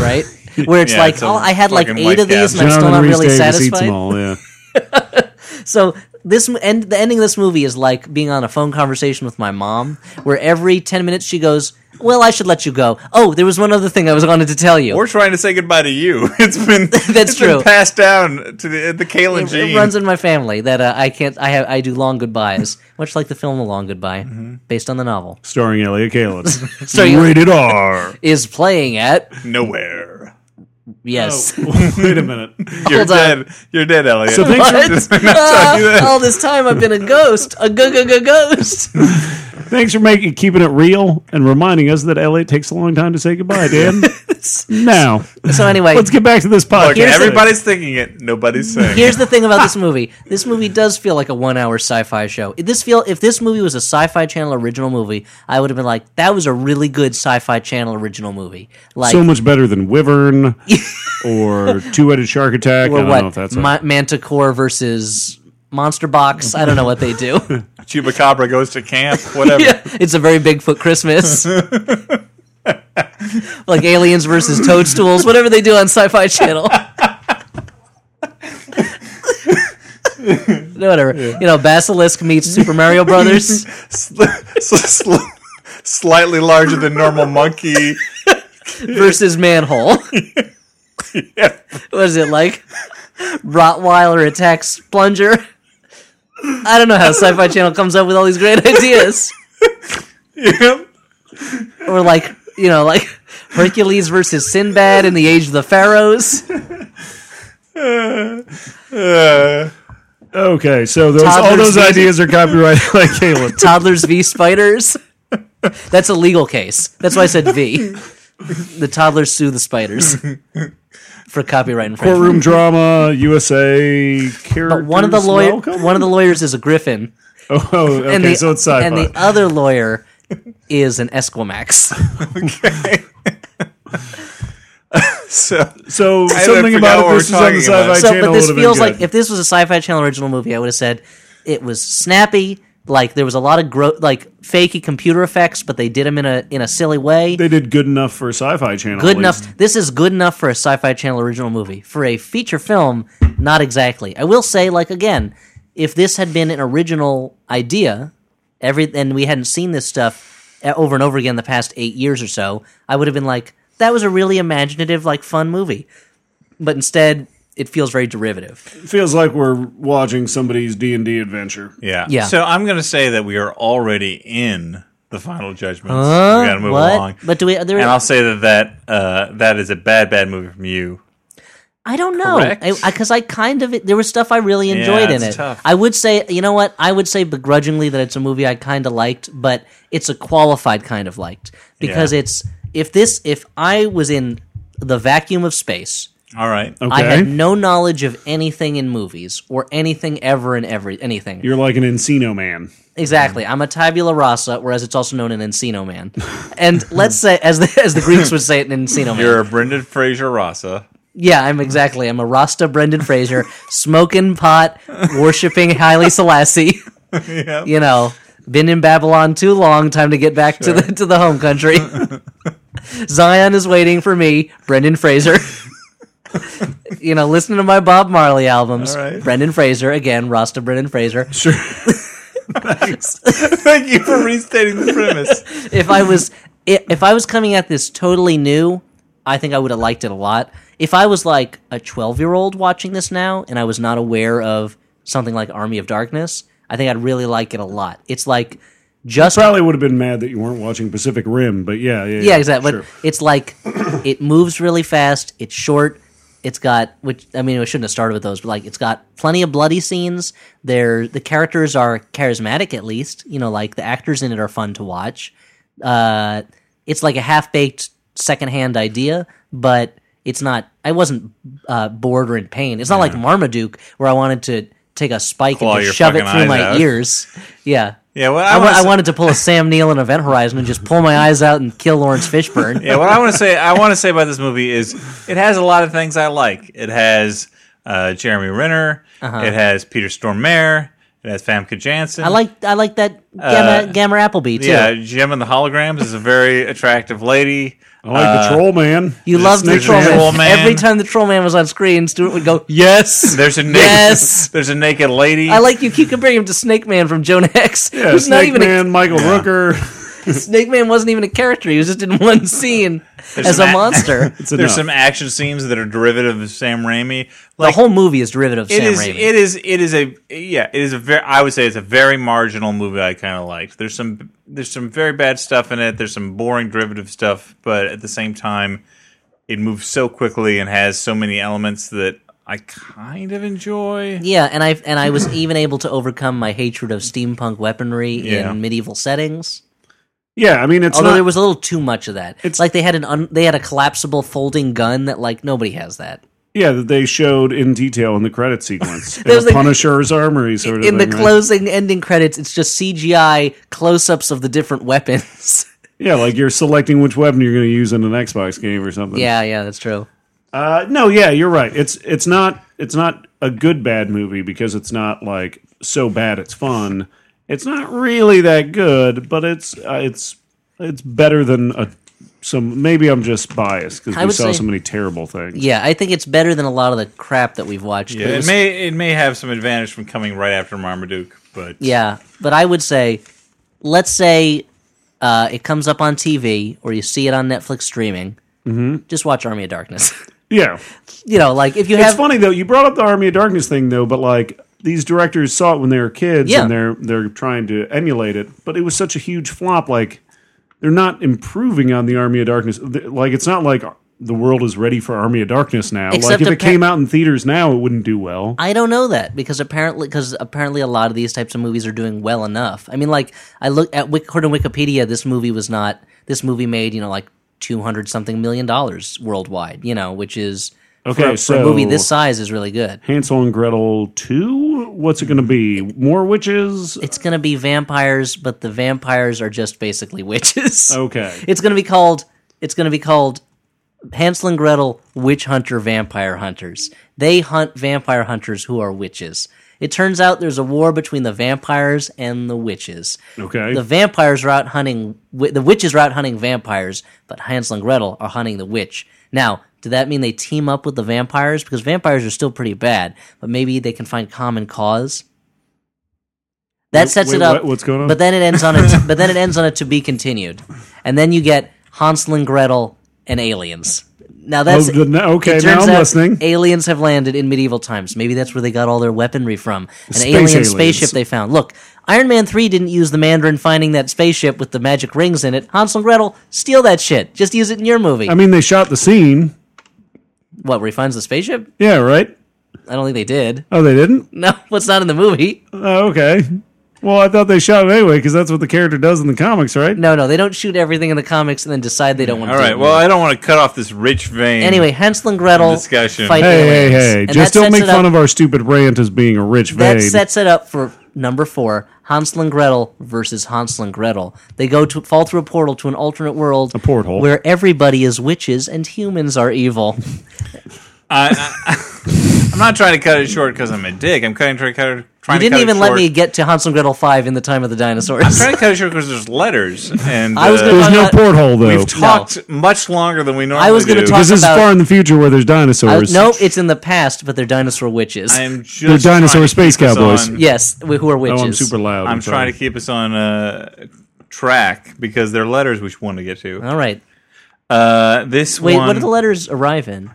Speaker 3: right where it's
Speaker 1: Yeah,
Speaker 3: like
Speaker 1: it's a
Speaker 3: oh I had like
Speaker 1: fucking
Speaker 3: eight
Speaker 1: white
Speaker 3: of these
Speaker 1: cast.
Speaker 3: and I'm still not
Speaker 2: Jonathan Rhys
Speaker 3: really
Speaker 2: Davis eats them
Speaker 3: satisfied
Speaker 2: all, yeah.
Speaker 3: so this m- end the ending of this movie is like being on a phone conversation with my mom where every ten minutes she goes well I should let you go oh there was one other thing I was wanted to tell you
Speaker 1: We're trying to say goodbye to you. It's been
Speaker 3: That's
Speaker 1: it's been
Speaker 3: true.
Speaker 1: passed down to the the Kalen
Speaker 3: it, it
Speaker 1: gene.
Speaker 3: runs in my family that uh, I can't. I have I do long goodbyes, much like the film "A Long Goodbye,"
Speaker 2: Mm-hmm.
Speaker 3: based on the novel,
Speaker 2: Starring Elliot Kalin.
Speaker 3: Starring-
Speaker 2: Rated R.
Speaker 3: is playing at
Speaker 1: nowhere.
Speaker 3: Yes.
Speaker 2: Oh, wait a minute.
Speaker 1: You're
Speaker 3: Hold on.
Speaker 1: dead. You're dead, Elliot.
Speaker 2: So thanks for,
Speaker 3: What? Uh, all this time I've been a ghost, a go go go ghost.
Speaker 2: thanks for making keeping it real and reminding us that Elliot takes a long time to say goodbye, Dan. now,
Speaker 3: So anyway,
Speaker 2: let's get back to this podcast.
Speaker 1: Look, everybody's thinking it. Nobody's saying. it.
Speaker 3: Here's the thing about this movie. This movie does feel like a one-hour sci-fi show. If this feel if this movie was a sci-fi channel original movie, I would have been like, that was a really good sci-fi channel original movie. Like
Speaker 2: so much better than Wyvern or Two Headed Shark Attack. I
Speaker 3: or
Speaker 2: don't know if
Speaker 3: what?
Speaker 2: that's a-
Speaker 3: Ma- Manticore versus Monster Box. I don't know what they do.
Speaker 1: Chupacabra goes to camp. Whatever.
Speaker 3: Yeah, it's a very Bigfoot Christmas. like aliens versus toadstools, whatever they do on Sci-Fi Channel. No, whatever. You know, Basilisk meets Super Mario Brothers.
Speaker 1: Sl- sl- sl- slightly larger than normal monkey.
Speaker 3: versus manhole. What is it like? Rottweiler attacks plunger. I don't know how Sci-Fi Channel comes up with all these great ideas.
Speaker 1: Yep.
Speaker 3: Or like you know, like Hercules versus Sinbad in the Age of the Pharaohs.
Speaker 1: Uh,
Speaker 2: Okay, so those, all
Speaker 3: Toddler
Speaker 2: those
Speaker 3: season.
Speaker 2: ideas are copyrighted by Caleb.
Speaker 3: Toddlers v spiders. That's a legal case. That's why I said V. The toddlers sue the spiders for copyright infringement.
Speaker 2: Courtroom drama, USA characters.
Speaker 3: But one of the lawyer,
Speaker 2: welcome?
Speaker 3: one of the lawyers is a griffin.
Speaker 2: Oh, okay,
Speaker 3: and the,
Speaker 2: so it's sci-fi.
Speaker 3: and the other lawyer is an Esquimax.
Speaker 1: so
Speaker 2: so
Speaker 1: I forgot
Speaker 2: something
Speaker 1: what
Speaker 2: about
Speaker 1: we're
Speaker 2: it, this is on the
Speaker 1: talking
Speaker 2: Sci-Fi
Speaker 1: about.
Speaker 3: so,
Speaker 2: Channel.
Speaker 3: but this
Speaker 2: would've been
Speaker 3: feels
Speaker 2: good.
Speaker 3: like if this was a Sci-Fi Channel original movie, I would have said it was snappy. Like there was a lot of gro- like fakey computer effects, but they did them in a in a silly way.
Speaker 2: they did good enough for Sci-Fi Channel.
Speaker 3: good
Speaker 2: at
Speaker 3: enough.
Speaker 2: least.
Speaker 3: This is good enough for a Sci-Fi Channel original movie. For a feature film, not exactly. I will say, like again, if this had been an original idea, every and we hadn't seen this stuff uh, over and over again the past eight years or so, I would have been like, that was a really imaginative, like fun movie. But instead, it feels very derivative.
Speaker 2: It feels like we're watching somebody's D and D adventure.
Speaker 1: yeah.
Speaker 3: Yeah.
Speaker 1: So I'm gonna say that we are already in the final judgments. we gotta move
Speaker 3: what?
Speaker 1: along.
Speaker 3: But do we? Are there,
Speaker 1: and I'll say that that uh, that is a bad bad movie from you.
Speaker 3: I don't know
Speaker 1: Correct?
Speaker 3: because I, 'cause I kind of there was stuff I really enjoyed in
Speaker 1: it's
Speaker 3: it.
Speaker 1: tough.
Speaker 3: I would say you know what I would say begrudgingly that it's a movie I kind of liked, but it's a qualified kind of liked because
Speaker 1: Yeah.
Speaker 3: it's if this if I was in the vacuum of space,
Speaker 1: All right.
Speaker 2: Okay,
Speaker 3: I had no knowledge of anything in movies or anything ever in every anything.
Speaker 2: you're like an Encino man.
Speaker 3: Exactly. I'm a tabula rasa, whereas it's also known an Encino man. And let's say, as the, as the Greeks would say it, an Encino man.
Speaker 1: You're a Brendan Fraser Rasa.
Speaker 3: Yeah, I'm exactly. I'm a Rasta Brendan Fraser, smoking pot, worshiping Haile Selassie. You know, been in Babylon too long. Time to get back to the to the home country. Zion is waiting for me, Brendan Fraser. you know, listening to my Bob Marley albums.
Speaker 1: All right.
Speaker 3: Brendan Fraser again, Rasta Brendan Fraser.
Speaker 2: Sure.
Speaker 1: Thank you for restating the premise.
Speaker 3: if I was i- if I was coming at this totally new, I think I would have liked it a lot. If I was like a 12-year-old watching this now and I was not aware of something like Army of Darkness, I think I'd really like it a lot. It's like just
Speaker 2: Probably would have been mad that you weren't watching Pacific Rim, but yeah, yeah,
Speaker 3: yeah, exactly.
Speaker 2: sure.
Speaker 3: But it's like it moves really fast. It's short. It's got which I mean, we shouldn't have started with those, but like it's got plenty of bloody scenes. There, the characters are charismatic at least. You know, like the actors in it are fun to watch. Uh, it's like a half baked secondhand idea, but it's not. I wasn't uh, bored or in pain. It's not like Marmaduke where I wanted to take a spike
Speaker 1: Claw
Speaker 3: and
Speaker 1: your
Speaker 3: just shove it
Speaker 1: fucking
Speaker 3: through
Speaker 1: eyes
Speaker 3: my
Speaker 1: out.
Speaker 3: ears. Yeah.
Speaker 1: Yeah. Well,
Speaker 3: I,
Speaker 1: I,
Speaker 3: wa-
Speaker 1: want.
Speaker 3: I wanted to pull a Sam Neill in Event Horizon and just pull my eyes out and kill Lawrence Fishburne.
Speaker 1: yeah, what I want to say, I want to say about this movie is it has a lot of things I like. It has uh, Jeremy Renner. It has Peter Stormare. It has Famke Janssen.
Speaker 3: Uh-huh. I like I like that Gamma, Gamma Appleby too.
Speaker 1: Uh, Yeah, Jim and the Holograms is a very attractive lady.
Speaker 2: I like the troll man.
Speaker 3: you love the
Speaker 2: snake
Speaker 3: troll
Speaker 2: man.
Speaker 1: troll
Speaker 3: man.
Speaker 1: man.
Speaker 3: Every time the troll man was on screen, Stuart would go, "Yes,
Speaker 1: There's a naked,
Speaker 3: yes."
Speaker 1: there's a naked lady.
Speaker 3: I like you keep comparing him to Snake Man from Joan X,
Speaker 2: Yeah,
Speaker 3: who's not
Speaker 2: Snake
Speaker 3: even
Speaker 2: man, Michael Rooker.
Speaker 3: a Snake Man wasn't even a character. He was just in one scene as a
Speaker 1: an a-
Speaker 3: monster.
Speaker 2: It's
Speaker 1: there's
Speaker 2: enough.
Speaker 1: some action scenes that are derivative of Sam Raimi.
Speaker 3: the
Speaker 1: Like
Speaker 3: whole movie is derivative of
Speaker 1: it
Speaker 3: Sam
Speaker 1: is-
Speaker 3: Raimi.
Speaker 1: it is it is a yeah, it is a very I would say it's a very marginal movie I kind of liked. There's some there's some very bad stuff in it. There's some boring derivative stuff, but at the same time it moves so quickly and has so many elements that I kind of enjoy.
Speaker 3: Yeah, and I and I was even able to overcome my hatred of steampunk weaponry
Speaker 1: Yeah.
Speaker 3: in medieval settings.
Speaker 2: Yeah, I mean, it's
Speaker 3: Although
Speaker 2: not.
Speaker 3: there was a little too much of that. It's like they had an un, they had a collapsible folding gun that like nobody has that.
Speaker 2: yeah, that they showed in detail in the credit sequence. in
Speaker 3: There's
Speaker 2: the
Speaker 3: like-
Speaker 2: Punisher's armory sort of
Speaker 3: In the
Speaker 2: thing, right?
Speaker 3: closing ending credits, it's just CGI close-ups of the different weapons.
Speaker 2: Yeah, like you're selecting which weapon you're going to use in an Xbox game or something.
Speaker 3: yeah, yeah, that's true.
Speaker 2: Uh, no, yeah, you're right. It's it's not it's not a good bad movie because it's not like so bad it's fun. It's not really that good, but it's uh, it's it's better than a, some. Maybe I'm just biased because
Speaker 3: I
Speaker 2: we
Speaker 3: would
Speaker 2: saw
Speaker 3: say-
Speaker 2: so many terrible things.
Speaker 3: Yeah, I think it's better than a lot of the crap that we've watched.
Speaker 1: Yeah,
Speaker 3: It
Speaker 1: it
Speaker 3: was-
Speaker 1: may it may have some advantage from coming right after Marmaduke, but
Speaker 3: yeah, but I would say, let's say uh, it comes up on TV or you see it on Netflix streaming. Mm-hmm. Just watch Army of Darkness.
Speaker 2: yeah.
Speaker 3: you know, like if you
Speaker 2: It's
Speaker 3: have
Speaker 2: funny though. You brought up the Army of Darkness thing though, but like these directors saw it when they were kids
Speaker 3: Yeah.
Speaker 2: and they're they're trying to emulate it, but it was such a huge flop. Like they're not improving on the Army of Darkness. Th- Like it's not like the world is ready for Army of Darkness now.
Speaker 3: Except
Speaker 2: like if it
Speaker 3: appa-
Speaker 2: came out in theaters now, it wouldn't do well.
Speaker 3: I don't know that because apparently because apparently a lot of these types of movies are doing well enough. I mean, like I look at Wik- according to Wikipedia, this movie was not this movie made you know like two hundred something million dollars worldwide. You know, which is
Speaker 2: Okay,
Speaker 3: for, a- for
Speaker 2: so-
Speaker 3: a movie this size is really good.
Speaker 2: Hansel and Gretel two. What's it going to be? More witches?
Speaker 3: It's gonna be vampires, but the vampires are just basically witches.
Speaker 2: Okay.
Speaker 3: It's gonna be called. It's gonna be called. Hansel and Gretel, witch hunter, vampire hunters. They hunt vampire hunters who are witches. It turns out there's a war between the vampires and the witches.
Speaker 2: Okay.
Speaker 3: The vampires are out hunting. wi- The witches are out hunting vampires, but Hansel and Gretel are hunting the witch. Now, does that mean they team up with the vampires? Because vampires are still pretty bad, but maybe they can find common cause. That sets
Speaker 2: wait,
Speaker 3: it up.
Speaker 2: what- what's going on?
Speaker 3: But then it ends on a. but then it ends on a to be continued, and then you get Hansel and Gretel and aliens. Now that's
Speaker 2: Oh, the- okay,
Speaker 3: it
Speaker 2: now
Speaker 3: turns
Speaker 2: I'm
Speaker 3: out
Speaker 2: listening.
Speaker 3: Aliens have landed in medieval times. Maybe that's where they got all their weaponry from. An
Speaker 2: Space
Speaker 3: alien
Speaker 2: aliens.
Speaker 3: spaceship they found. Look, Iron Man 3 didn't use the Mandarin finding that spaceship with the magic rings in it. Hansel and Gretel, steal that shit. Just use it in your movie.
Speaker 2: I mean, they shot the scene.
Speaker 3: what, where he finds the spaceship?
Speaker 2: Yeah. Right.
Speaker 3: I don't think they did.
Speaker 2: Oh, they didn't.
Speaker 3: No, what's not in the movie?
Speaker 2: Oh, okay. Well, I thought they shot it anyway because that's what the character does in the comics, right?
Speaker 3: No, no, they don't shoot everything in the comics and then decide they don't want
Speaker 1: all
Speaker 3: to do
Speaker 1: right.
Speaker 3: it.
Speaker 1: Well, I don't want to cut off this rich vein.
Speaker 3: anyway, Hansel and Gretel
Speaker 1: Discussion.
Speaker 3: fight
Speaker 2: Hey, hey,
Speaker 3: aliens.
Speaker 2: hey!
Speaker 3: And that
Speaker 2: Just don't
Speaker 3: sets
Speaker 2: make
Speaker 3: it up-
Speaker 2: fun of our stupid rant as being a rich
Speaker 3: That
Speaker 2: vein.
Speaker 3: sets it up for number four: Hansel and Gretel versus Hansel and Gretel. They go to fall through a portal to an alternate world, a
Speaker 2: porthole.
Speaker 3: where everybody is witches and humans are evil.
Speaker 1: I, I, am not trying to cut it short because I'm a dick. I'm cutting trying to cut it. Trying
Speaker 3: You didn't
Speaker 1: to cut
Speaker 3: even
Speaker 1: it
Speaker 3: let
Speaker 1: short.
Speaker 3: me get to Hansel and Gretel five in the time of the
Speaker 1: I'm
Speaker 3: dinosaurs.
Speaker 1: trying to cut it short because there's letters, and
Speaker 3: I was
Speaker 1: uh,
Speaker 3: gonna-
Speaker 2: There's no
Speaker 3: Uh,
Speaker 2: porthole though,
Speaker 1: we've talked much longer than we normally.
Speaker 3: was gonna
Speaker 1: do.
Speaker 3: talk-
Speaker 2: because this is
Speaker 3: about-
Speaker 2: far in the future where there's
Speaker 3: I-
Speaker 2: dinosaurs.
Speaker 3: Uh, no, it's in the past, but they're dinosaur witches.
Speaker 1: I am just
Speaker 2: They're dinosaur
Speaker 1: trying to
Speaker 2: space
Speaker 1: keep us
Speaker 2: cowboys.
Speaker 1: on-
Speaker 3: yes, wh- who are
Speaker 2: oh,
Speaker 3: witches?
Speaker 2: I'm super loud.
Speaker 1: I'm trying to keep us on uh, track because there are letters which one to get to.
Speaker 3: All right.
Speaker 1: Uh, this
Speaker 3: Oh. Wait,
Speaker 1: one,
Speaker 3: what do the letters arrive in?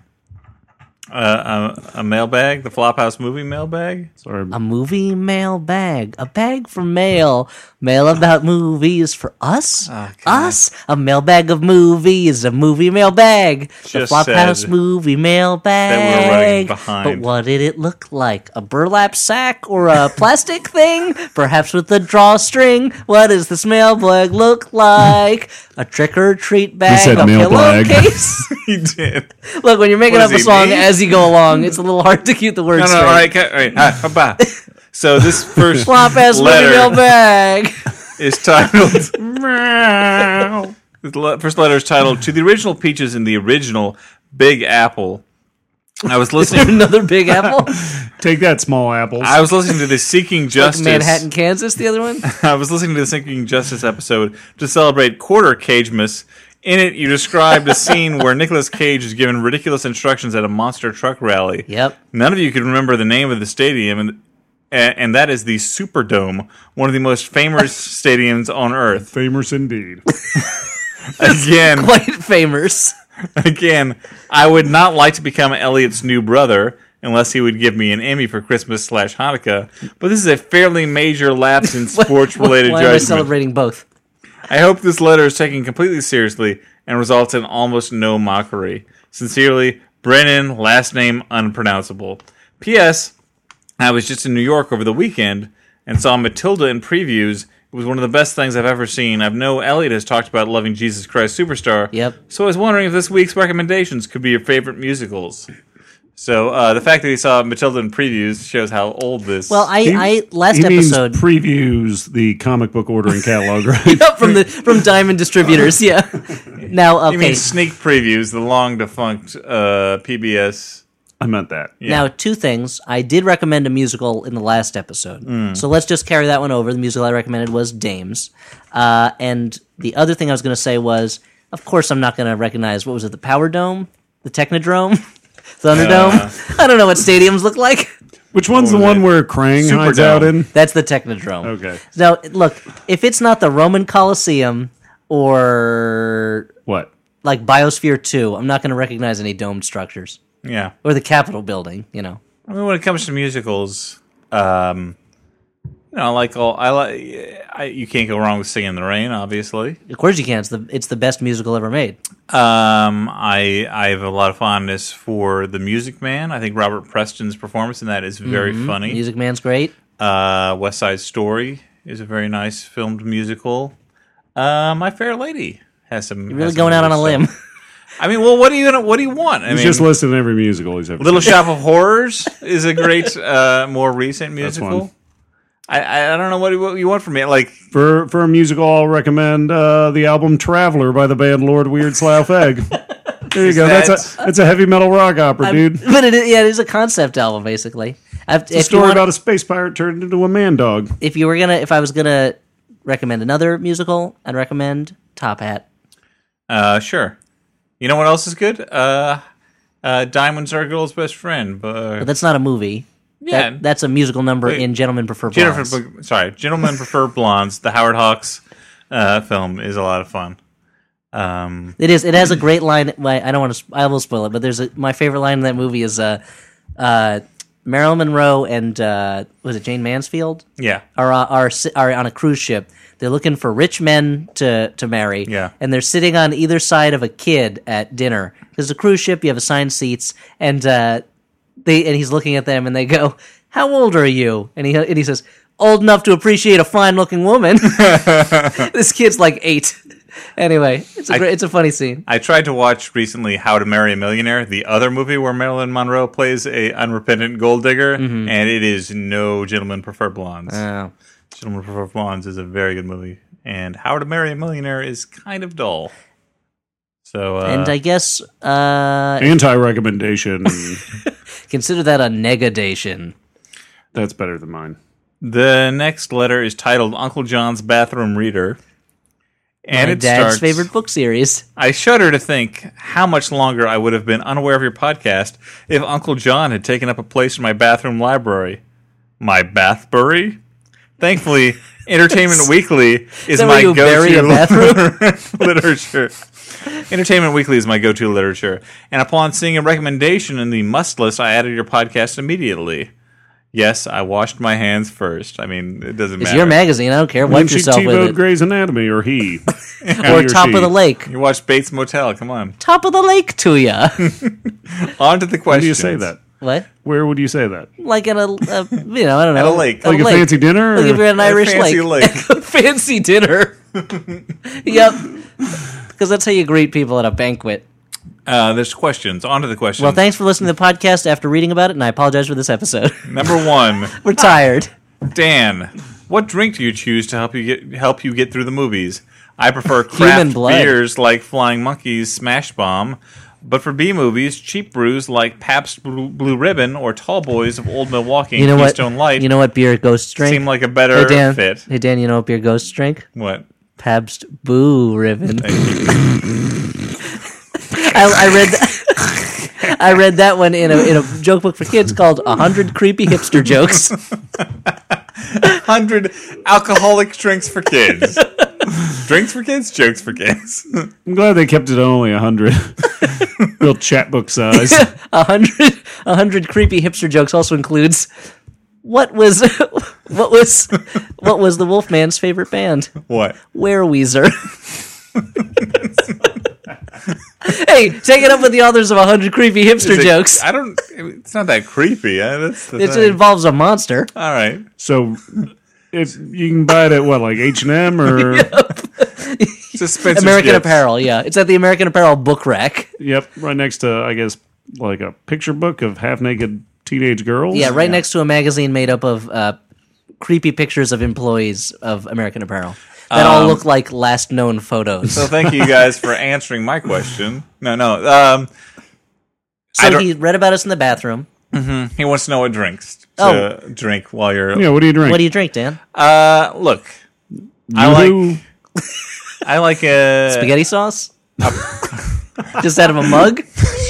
Speaker 1: uh, a, a mailbag, the Flophouse movie mailbag.
Speaker 2: Sorry.
Speaker 3: A movie mail bag, a bag for mail, mail about movies for us,
Speaker 1: Ah,
Speaker 3: us. A mail bag of movies, a movie mail bag, the
Speaker 1: Just
Speaker 3: Flophouse
Speaker 1: said
Speaker 3: movie mail
Speaker 1: we were running
Speaker 3: bag. But
Speaker 1: behind.
Speaker 3: what did it look like? A burlap sack or a plastic thing? Perhaps with a drawstring. What does this mail bag look like? a trick or treat bag,
Speaker 2: said
Speaker 3: a
Speaker 2: mail bag.
Speaker 3: pillowcase.
Speaker 1: he did.
Speaker 3: look, when you're making
Speaker 1: What
Speaker 3: up a
Speaker 1: does he
Speaker 3: song
Speaker 1: mean?
Speaker 3: as you go along, it's a little hard to keep the words
Speaker 1: No, no,
Speaker 3: straight.
Speaker 1: all right, ca- all right. Ah, ha, bah. So this first
Speaker 3: Flop ass movie
Speaker 1: letter
Speaker 3: mail bag.
Speaker 1: is titled. The le- first letter is titled "To the Original Peaches in the Original Big Apple." I was listening.
Speaker 3: another Big Apple,
Speaker 2: Take that, small apples.
Speaker 1: I was listening to the Seeking
Speaker 3: like
Speaker 1: Justice.
Speaker 3: Manhattan, Kansas. The other one,
Speaker 1: I was listening to the Seeking Justice episode to celebrate Quarter Cagemas. In it, you described a scene where Nicolas Cage is given ridiculous instructions at a monster truck rally.
Speaker 3: Yep.
Speaker 1: None of you can remember the name of the stadium, and a- and that is the Superdome, one of the most famous stadiums on Earth.
Speaker 2: Famous indeed.
Speaker 1: Again,
Speaker 3: quite famous.
Speaker 1: Again, I would not like to become Elliot's new brother unless he would give me an Emmy for Christmas slash Hanukkah. But this is a fairly major lapse in sports related
Speaker 3: Why am I
Speaker 1: judgment.
Speaker 3: celebrating both?
Speaker 1: I hope this letter is taken completely seriously and results in almost no mockery. Sincerely, Brennan, last name unpronounceable. P.S. I was just in New York over the weekend and saw Matilda in previews. It was one of the best things I've ever seen. I know Elliot has talked about loving Jesus Christ Superstar.
Speaker 3: Yep.
Speaker 1: So I was wondering if this week's recommendations could be your favorite musicals. So uh, the fact that he saw Matilda in previews shows how old this.
Speaker 3: Well, I, I last
Speaker 2: he means
Speaker 3: episode
Speaker 2: previews the comic book ordering catalog, right?
Speaker 3: from the from Diamond Distributors. Yeah. Now okay.
Speaker 1: you mean sneak previews, the long defunct uh, PBS.
Speaker 2: I meant that.
Speaker 3: Now, two things. I did recommend a musical in the last episode. So let's just carry that one over. The musical I recommended was Dames. Uh, and the other thing I was going to say was, of course, I'm not going to recognize what was it, the Power Dome? The Technodrome? Thunderdome? I don't know what stadiums look like.
Speaker 2: Which one's the
Speaker 1: Oh,
Speaker 2: one
Speaker 1: man.
Speaker 2: where Krang
Speaker 1: Superdome.
Speaker 2: hides out in?
Speaker 3: That's the Technodrome.
Speaker 2: Okay.
Speaker 3: Now, look, if it's not the Roman Colosseum or
Speaker 2: What?
Speaker 3: like Biosphere 2, I'm not going to recognize any domed structures
Speaker 1: Yeah.
Speaker 3: or the Capitol building, you know.
Speaker 1: I mean, when it comes to musicals, um, you know, I like all I like. I, you can't go wrong with "Singing in the Rain," obviously.
Speaker 3: Of course you can. It's the, it's the best musical ever made.
Speaker 1: Um, I I have a lot of fondness for "The Music Man." I think Robert Preston's performance in that is very
Speaker 3: Mm-hmm.
Speaker 1: funny.
Speaker 3: Music Man's great.
Speaker 1: Uh, West Side Story is a very nice filmed musical. Uh, My Fair Lady has some.
Speaker 3: Really going out on a limb.
Speaker 1: I mean, well, what do you what do you want? I
Speaker 2: He's
Speaker 1: mean,
Speaker 2: just listening to every musical he's ever
Speaker 1: Little
Speaker 2: seen.
Speaker 1: Shop of Horrors is a great, uh, more recent
Speaker 2: one.
Speaker 1: musical. I- I, I don't know what, you- what you want from me. Like,
Speaker 2: For for a musical, I'll recommend uh, the album "Traveler" by the band Lord Weird Slough Egg. There you go. That's a that's a heavy metal rock opera, dude.
Speaker 3: but it is, yeah, it is a concept album basically. I've, if,
Speaker 2: A
Speaker 3: you
Speaker 2: story
Speaker 3: want-
Speaker 2: about a space pirate turned into a man dog.
Speaker 3: if you were gonna, if I was gonna recommend another musical, I'd recommend Top Hat.
Speaker 1: uh, sure. You know what else is good? Uh, uh, Diamonds Are a Girl's Best Friend. But, uh,
Speaker 3: But that's not a movie.
Speaker 1: yeah.
Speaker 3: That, that's a musical number
Speaker 1: Wait.
Speaker 3: in Gentlemen Prefer
Speaker 1: Jennifer,
Speaker 3: Blondes.
Speaker 1: Bl- sorry, Gentlemen Prefer Blondes, the Howard Hawks uh, film is a lot of fun. Um,
Speaker 3: It is. It has a great line. My, I don't want to. I will spoil it. But there's a, my favorite line in that movie is uh, uh, Marilyn Monroe and uh, was it Jane Mansfield?
Speaker 1: yeah.
Speaker 3: are on, are si- are on a cruise ship. They're looking for rich men to to marry.
Speaker 1: Yeah.
Speaker 3: and they're sitting on either side of a kid at dinner because a cruise ship you have assigned seats, and uh, they and he's looking at them and they go, "How old are you?" And he and he says, "Old enough to appreciate a fine looking woman." this kid's like eight. Anyway, it's a great, it's a funny scene.
Speaker 1: I tried to watch recently How to Marry a Millionaire, the other movie where Marilyn Monroe plays a unrepentant gold digger, and it is no Gentlemen Prefer Blondes.
Speaker 3: Oh.
Speaker 1: Gentlemen Prefer Blondes is a very good movie, and How to Marry a Millionaire is kind of dull. So, uh,
Speaker 3: And I guess uh,
Speaker 2: Anti recommendation.
Speaker 3: consider that a negation.
Speaker 2: that's better than mine.
Speaker 1: the next letter is titled Uncle John's Bathroom Reader, and
Speaker 3: My
Speaker 1: it
Speaker 3: dad's
Speaker 1: starts.
Speaker 3: favorite book series.
Speaker 1: I shudder to think how much longer I would have been unaware of your podcast if Uncle John had taken up a place in my bathroom library. My bathbury? Thankfully, Entertainment Weekly is my
Speaker 3: that where you bury
Speaker 1: go-to
Speaker 3: a
Speaker 1: literature. Entertainment Weekly is my go-to literature, and upon seeing a recommendation in the must list, I added your podcast immediately. Yes, I washed my hands first. I mean, it doesn't
Speaker 3: It's
Speaker 1: matter.
Speaker 3: your magazine. I don't care.
Speaker 2: When
Speaker 3: Wipe
Speaker 2: she
Speaker 3: yourself with
Speaker 2: T-voed
Speaker 3: it.
Speaker 2: Grey's Anatomy, or he,
Speaker 3: or top of the lake.
Speaker 1: you watched Bates Motel. Come on.
Speaker 3: Top of the lake to ya.
Speaker 1: On to the question.
Speaker 2: Where do you say that?
Speaker 3: what?
Speaker 2: Where would you say that?
Speaker 3: Like at a, a you know, I don't know.
Speaker 1: a lake.
Speaker 2: Like a fancy dinner?
Speaker 3: Like if
Speaker 2: or-
Speaker 3: you're at an Irish
Speaker 1: fancy
Speaker 3: lake. fancy dinner. yep. Because that's how you greet people at a banquet.
Speaker 1: Uh, there's questions. On to the questions.
Speaker 3: Well, thanks for listening to the podcast after reading about it, and I apologize for this episode.
Speaker 1: Number one,
Speaker 3: We're tired.
Speaker 1: Dan. What drink do you choose to help you get help you get through the movies? I prefer
Speaker 3: Human
Speaker 1: craft
Speaker 3: blood.
Speaker 1: beers like Flying Monkeys, Smash Bomb, but for B movies, cheap brews like Pabst Blue, Blue Ribbon or Tall Boys of Old Milwaukee
Speaker 3: You know
Speaker 1: and
Speaker 3: what?
Speaker 1: Keystone Light
Speaker 3: You know what beer ghosts drink?
Speaker 1: seem like a better
Speaker 3: hey Dan.
Speaker 1: fit.
Speaker 3: Hey Dan, you know what beer ghosts drink?
Speaker 1: What?
Speaker 3: Pabst Boo Ribbon. I, I read. That, I read that one in a in a joke book for kids called "A Hundred Creepy Hipster Jokes."
Speaker 1: Hundred alcoholic drinks for kids. drinks for kids, jokes for kids.
Speaker 2: I'm glad they kept it only hundred. Real chat book size.
Speaker 3: A hundred, a hundred creepy hipster jokes also includes what was what was what was the Wolfman's favorite band?
Speaker 1: what?
Speaker 3: Wereweezer. hey, take it up with the authors of 100 creepy hipster
Speaker 1: It's a-
Speaker 3: jokes.
Speaker 1: I don't. It's not that creepy. eh? That's the
Speaker 3: It
Speaker 1: thing.
Speaker 3: involves a monster.
Speaker 1: All right.
Speaker 2: So if you can buy it at what, like H and M or
Speaker 1: It's a Spencer's
Speaker 3: American
Speaker 1: Gifts.
Speaker 3: Apparel, yeah. It's at the American Apparel book rack.
Speaker 2: yep, right next to I guess like a picture book of half naked teenage girls.
Speaker 3: Yeah, right next to a magazine made up of uh, creepy pictures of employees of American Apparel that all look like last known photos.
Speaker 1: Um, So thank you guys for answering my question. No, no. Um, I
Speaker 3: So
Speaker 1: don't-
Speaker 3: he read about us in the bathroom.
Speaker 1: he wants to know what drinks to drink while you're.
Speaker 2: Oh. Yeah, what do you drink?
Speaker 3: What do you drink, Dan?
Speaker 1: Uh, look, I
Speaker 2: Yoo-hoo?
Speaker 1: like I like a
Speaker 3: Spaghetti sauce?
Speaker 1: uh,
Speaker 3: Just out of a mug?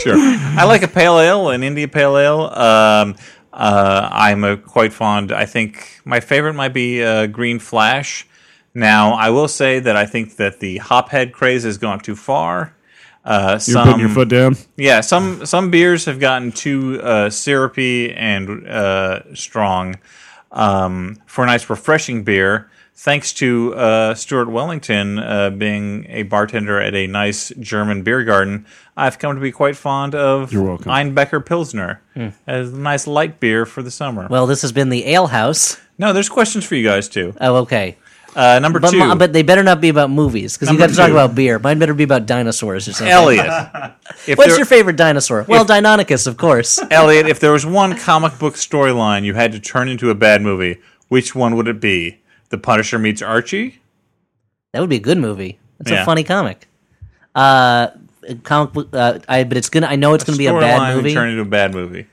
Speaker 1: sure. I like a pale ale, an India pale ale. Um, uh, I'm uh quite fond. I think my favorite might be uh, Green Flash. Now, I will say that I think that the hophead craze has gone too far. Uh,
Speaker 2: You're
Speaker 1: some,
Speaker 2: putting
Speaker 3: um,
Speaker 2: your foot down.
Speaker 1: yeah, some some beers have gotten too uh, syrupy and uh, strong. Um, for a nice refreshing beer, thanks to uh, Stuart Wellington uh, being a bartender at a nice German beer garden, I've come to be quite fond of
Speaker 2: You're welcome.
Speaker 1: Einbecker Pilsner as a nice light beer for the summer.
Speaker 3: Hmm. Well, this has been the Ale House.
Speaker 1: no, there's questions for you guys too.
Speaker 3: Oh, okay.
Speaker 1: Uh, number
Speaker 3: But,
Speaker 1: two,
Speaker 3: mo- but they better not be about movies because you
Speaker 1: Number
Speaker 3: got to talk
Speaker 1: two.
Speaker 3: about beer. Mine better be about dinosaurs or something.
Speaker 1: Elliot. If
Speaker 3: What's
Speaker 1: there-
Speaker 3: your favorite dinosaur? Well, Deinonychus, of course.
Speaker 1: Elliot, if there was one comic book storyline you had to turn into a bad movie, which one would it be? The Punisher meets Archie?
Speaker 3: That would be a good movie. It's
Speaker 1: Yeah.
Speaker 3: a funny comic. Uh, a comic book. Uh, I but it's gonna. I know it's gonna be a bad
Speaker 1: Storyline
Speaker 3: movie.
Speaker 1: Turn into a bad movie.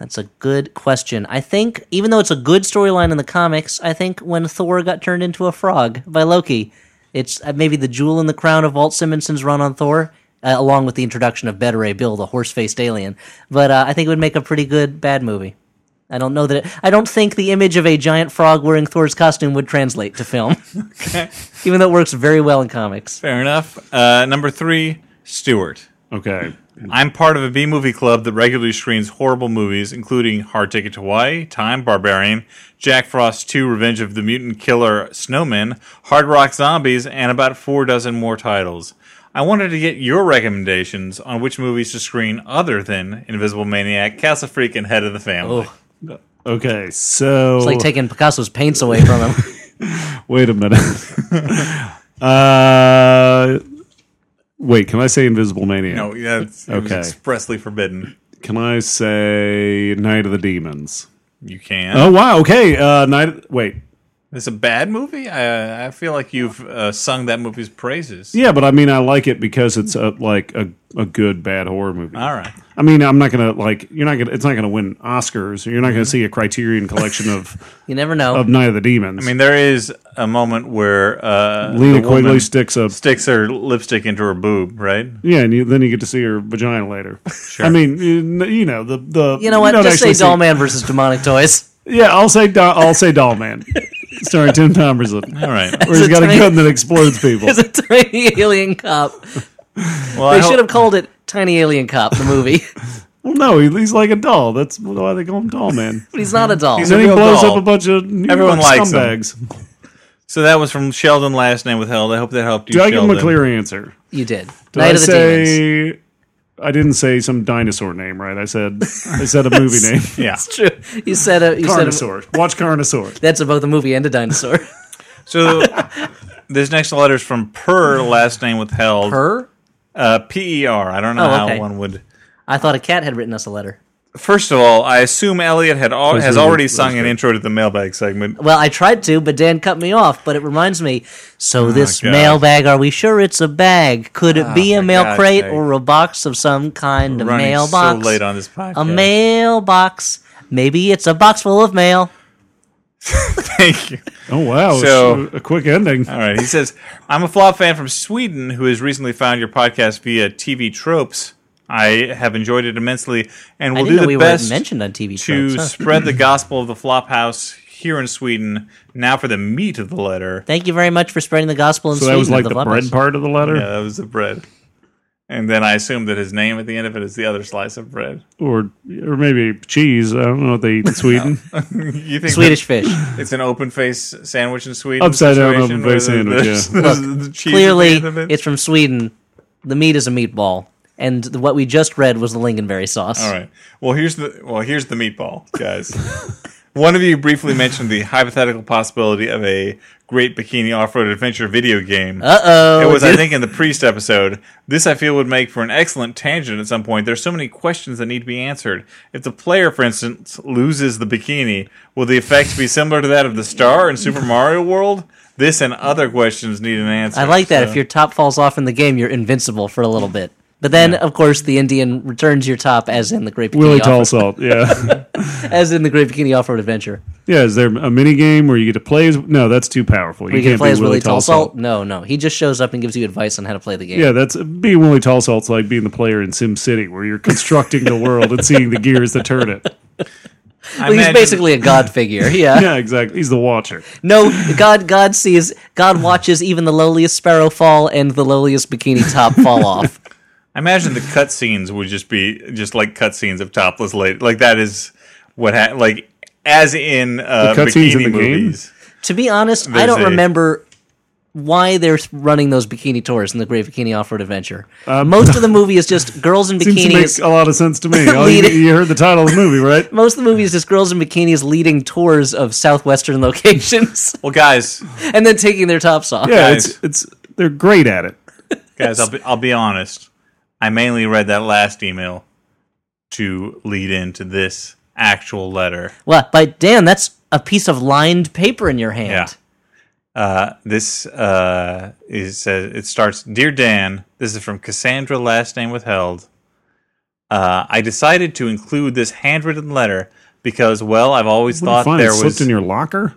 Speaker 3: That's a good question. I think even though it's a good storyline in the comics, I think when Thor got turned into a frog by Loki, it's uh, maybe the jewel in the crown of Walt Simonson's run on Thor. Uh, along with the introduction of Beta Ray Bill, the horse-faced alien, but uh, I think it would make a pretty good bad movie. I don't know that it, I don't think the image of a giant frog wearing Thor's costume would translate to film, even though it works very well in comics.
Speaker 1: Fair enough. Uh, number three, Stewart.
Speaker 2: Okay.
Speaker 1: I'm part of a B movie club that regularly screens horrible movies, including Hard Ticket to Hawaii, Time, Barbarian, Jack Frost 2, Revenge of the Mutant Killer Snowmen, Hard Rock Zombies, and about four dozen more titles. I wanted to get your recommendations on which movies to screen other than Invisible Maniac, Castle Freak, and Head of the Family.
Speaker 2: Oh. Okay. So
Speaker 3: It's like taking Picasso's paints away from him.
Speaker 2: wait a minute. uh, wait. Can I say Invisible Maniac?
Speaker 1: No, yeah, it's, it was
Speaker 2: Okay.
Speaker 1: expressly forbidden.
Speaker 2: Can I say Night of the Demons?
Speaker 1: You can.
Speaker 2: Oh wow. Okay. Uh, Night. Wait.
Speaker 1: It's a bad movie? I, I feel like you've uh, sung that movie's praises.
Speaker 2: Yeah, but I mean, I like it because it's a, like a, a good bad horror movie.
Speaker 1: All right.
Speaker 2: I mean, I'm not gonna like you're not gonna. It's not gonna win Oscars. You're not
Speaker 1: Mm-hmm.
Speaker 2: gonna see a Criterion collection of
Speaker 3: You never know.
Speaker 2: of Night of the Demons.
Speaker 1: I mean, there is a moment where uh,
Speaker 2: Lena
Speaker 1: the woman
Speaker 2: Quigley sticks a
Speaker 1: sticks her lipstick into her boob, right?
Speaker 2: yeah, and you, then you get to see her vagina later. I mean, you, you know the the
Speaker 3: you know what?
Speaker 2: don't
Speaker 3: Just say
Speaker 2: actually see-
Speaker 3: Doll Man versus Demonic Toys.
Speaker 2: Yeah, I'll say Do- I'll say Doll Man, starring Tim Thomerson,
Speaker 1: All right.
Speaker 2: where he's
Speaker 3: a
Speaker 2: got a
Speaker 3: tiny-
Speaker 2: gun that explodes people.
Speaker 3: It's a tiny alien cop.
Speaker 1: Well, I hope-
Speaker 3: They should have called it Tiny Alien Cop, the movie.
Speaker 2: Well, no, he, he's like a doll. That's why they call him Doll Man.
Speaker 3: but he's not a doll.
Speaker 1: He's a
Speaker 2: Then he
Speaker 1: real
Speaker 2: blows
Speaker 1: doll.
Speaker 2: up a bunch of New
Speaker 1: Everyone
Speaker 2: York
Speaker 1: likes him.
Speaker 2: scumbags.
Speaker 1: So that was from Sheldon, last name withheld. I hope that helped you.
Speaker 2: Do I give him
Speaker 1: Sheldon.
Speaker 2: a clear answer?
Speaker 3: you did.
Speaker 2: Did
Speaker 3: Night
Speaker 2: I
Speaker 3: of the
Speaker 2: say
Speaker 3: Demons.
Speaker 2: I didn't say some dinosaur name, right? I said I said a movie name.
Speaker 1: Yeah.
Speaker 3: True. You said a. You said a,
Speaker 2: Carnosaur. Watch Carnosaur.
Speaker 3: that's a, both a movie and a dinosaur.
Speaker 1: So this next letter is from Per, last name withheld.
Speaker 3: Her?
Speaker 1: Uh, P E R. I don't know
Speaker 3: Oh,
Speaker 1: how
Speaker 3: okay.
Speaker 1: one would.
Speaker 3: I thought a cat had written us a letter.
Speaker 1: First of all, I assume Elliot had al- has
Speaker 2: are the-
Speaker 1: already
Speaker 2: those
Speaker 1: sung an intro to the mailbag segment.
Speaker 3: Well, I tried to, but Dan cut me off. But it reminds me. So this
Speaker 1: God.
Speaker 3: mailbag, are we sure it's a bag? Could it be a
Speaker 1: for
Speaker 3: mail
Speaker 1: God's
Speaker 3: crate
Speaker 1: sake.
Speaker 3: or a box of some kind? A
Speaker 1: Running
Speaker 3: mailbox.
Speaker 1: so late on this podcast.
Speaker 3: a mailbox. Maybe it's a box full of mail.
Speaker 1: Thank you.
Speaker 2: Oh wow!
Speaker 1: So-
Speaker 2: it's a quick ending.
Speaker 1: All right. He says, I'm a flop fan from Sweden who has recently found your podcast via TV Tropes. I have enjoyed it immensely and
Speaker 3: I
Speaker 1: will do
Speaker 3: didn't know
Speaker 1: the
Speaker 3: we
Speaker 1: best
Speaker 3: were mentioned on TV
Speaker 1: to
Speaker 3: shows.
Speaker 1: spread the gospel of the flop house here in Sweden. Now for the meat of the letter.
Speaker 3: Thank you very much for spreading the gospel in
Speaker 2: So
Speaker 3: Sweden.
Speaker 2: that was like
Speaker 3: of
Speaker 2: the
Speaker 3: the
Speaker 2: bread
Speaker 3: Vlapas.
Speaker 2: part of the letter,
Speaker 1: Yeah, that was the bread. And then I assume that his name at the end of it is the other slice of bread.
Speaker 2: or or maybe cheese. I don't know what they eat in Sweden.
Speaker 1: You think
Speaker 3: Swedish fish.
Speaker 1: that it's an open face sandwich in Sweden?
Speaker 2: Upside down
Speaker 1: situation
Speaker 2: open-faced
Speaker 1: where the-
Speaker 2: sandwich,
Speaker 1: the- the cheese at the
Speaker 3: Clearly,
Speaker 1: end of it?
Speaker 3: it's from Sweden. The meat is a meatball, and th- what we just read was the lingonberry sauce.
Speaker 1: All right. Well, here's the well, here's the meatball, guys. One of you briefly mentioned the hypothetical possibility of a great bikini off-road adventure video game.
Speaker 3: Uh oh.
Speaker 1: It was, I think, in the priest episode. This I feel would make for an excellent tangent at some point. There's so many questions that need to be answered. If the player, for instance, loses the bikini, will the effect be similar to that of the star in Super Mario World? This and other questions need an answer.
Speaker 3: I like that.
Speaker 1: So-
Speaker 3: If your top falls off in the game, you're invincible for a little bit. But then, of course, the Indian returns your top, as in the Great Bikini
Speaker 2: Willie
Speaker 3: Off-
Speaker 2: Tallsalt, yeah,
Speaker 3: as in the Great Bikini Off-Road Adventure.
Speaker 2: yeah. Is there a mini game where you get to play as? No, that's too powerful. You
Speaker 3: We can
Speaker 2: can't
Speaker 3: play
Speaker 2: be
Speaker 3: as
Speaker 2: Willie
Speaker 3: Willie
Speaker 2: Tallsalt.
Speaker 3: Tallsalt. No, no, he just shows up and gives you advice on how to play the game.
Speaker 2: Yeah, that's being Willie Tallsalt's like being the player in Sim City, where you're constructing the world and seeing the gears that turn it.
Speaker 1: I
Speaker 3: Well, he's
Speaker 1: imagine-
Speaker 3: basically a god figure. Yeah.
Speaker 2: Yeah, exactly. He's the watcher.
Speaker 3: No, God, God sees, God watches even the lowliest sparrow fall and the lowliest bikini top fall off.
Speaker 1: I imagine the cutscenes would just be just like cutscenes of topless lady. Like that is what ha- like as in uh,
Speaker 2: The cutscenes
Speaker 1: bikini
Speaker 2: in the game?
Speaker 1: movies.
Speaker 3: To be honest, I
Speaker 1: There's
Speaker 3: don't
Speaker 1: a-
Speaker 3: remember why they're running those bikini tours in the Great Bikini Off Road Adventure. Uh, Most of the movie is just girls in
Speaker 2: Seems to
Speaker 3: bikinis.
Speaker 2: make a lot of sense to me. Oh, you,
Speaker 3: Leading-
Speaker 2: you heard the title of the movie, right?
Speaker 3: Most of the movie is just girls in bikinis leading tours of southwestern locations
Speaker 1: Well, guys,
Speaker 3: and then taking their tops off.
Speaker 2: Yeah,
Speaker 1: Guys.
Speaker 2: it's it's they're great at it.
Speaker 1: guys, I'll be, I'll be honest. I mainly read that last email to lead into this actual letter.
Speaker 3: Well, but damn, that's a piece of lined paper in your hand.
Speaker 1: Yeah. Uh, this uh, is uh, it starts, dear Dan. This is from Cassandra, last name withheld. Uh, I decided to include this handwritten letter because, well, I've always
Speaker 2: What
Speaker 1: thought
Speaker 2: fun,
Speaker 1: there
Speaker 2: it
Speaker 1: was
Speaker 2: slipped in your locker.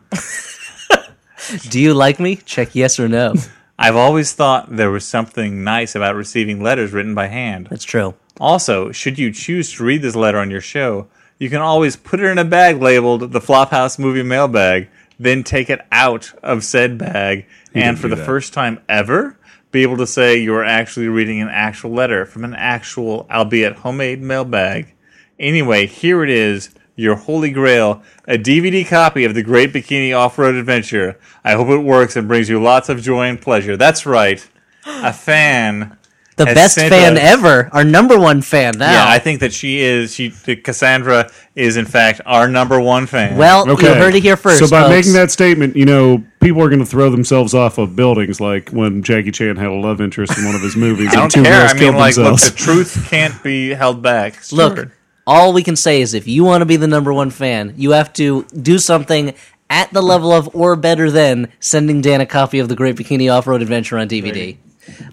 Speaker 3: Do you like me? Check yes or no.
Speaker 1: I've always thought there was something nice about receiving letters written by hand.
Speaker 3: That's true.
Speaker 1: Also, should you choose to read this letter on your show, you can always put it in a bag labeled the Flophouse Movie Mailbag, then take it out of said bag, and
Speaker 2: didn't
Speaker 1: for
Speaker 2: do
Speaker 1: the
Speaker 2: that.
Speaker 1: first time ever, be able to say you are actually reading an actual letter from an actual, albeit homemade, mailbag. Anyway, here it is, your holy grail, a DVD copy of the Great Bikini Off-Road Adventure. I hope it works and brings you lots of joy and pleasure. That's right, a fan.
Speaker 3: The
Speaker 1: Has
Speaker 3: best
Speaker 1: sent
Speaker 3: fan
Speaker 1: us-
Speaker 3: ever, our number one fan now.
Speaker 1: Yeah, I think that she is. She that Cassandra is in fact our number one fan.
Speaker 3: well,
Speaker 2: Okay,
Speaker 3: you heard it here first.
Speaker 2: So by
Speaker 3: folks.
Speaker 2: making that statement, you know people are going to throw themselves off of buildings, like when Jackie Chan had a love interest in one of his movies,
Speaker 1: I
Speaker 2: and
Speaker 1: don't
Speaker 2: two
Speaker 1: care.
Speaker 2: girls
Speaker 1: I mean,
Speaker 2: killed
Speaker 1: like, look,
Speaker 2: themselves.
Speaker 1: the truth can't be held back.
Speaker 3: Look,
Speaker 1: Stuart.
Speaker 3: all we can say is if you want to be the number one fan, you have to do something at the level of or better than sending Dan a copy of the Great Bikini Off Road Adventure on DVD.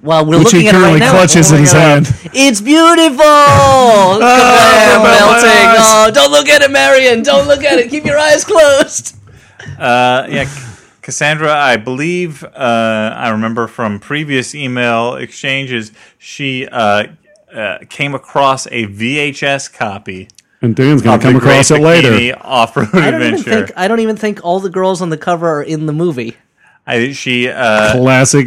Speaker 3: While we're
Speaker 2: which
Speaker 3: looking
Speaker 2: he
Speaker 3: at it
Speaker 2: currently
Speaker 3: right now,
Speaker 2: clutches in his hand. Ah,
Speaker 3: it's beautiful. Kablam, melting. Oh, don't look at it, Marion. Don't look at it. Keep your eyes closed.
Speaker 1: uh, yeah, C- Cassandra. I believe uh, I remember from previous email exchanges. She uh, uh, came across a VHS copy.
Speaker 2: And Dan's going
Speaker 1: of
Speaker 2: to come
Speaker 1: the Great
Speaker 2: across it later.
Speaker 1: Bikini Off-road
Speaker 3: I don't even
Speaker 1: adventure.
Speaker 3: think. I don't even think all the girls on the cover are in the movie.
Speaker 1: I, she uh,
Speaker 2: Classic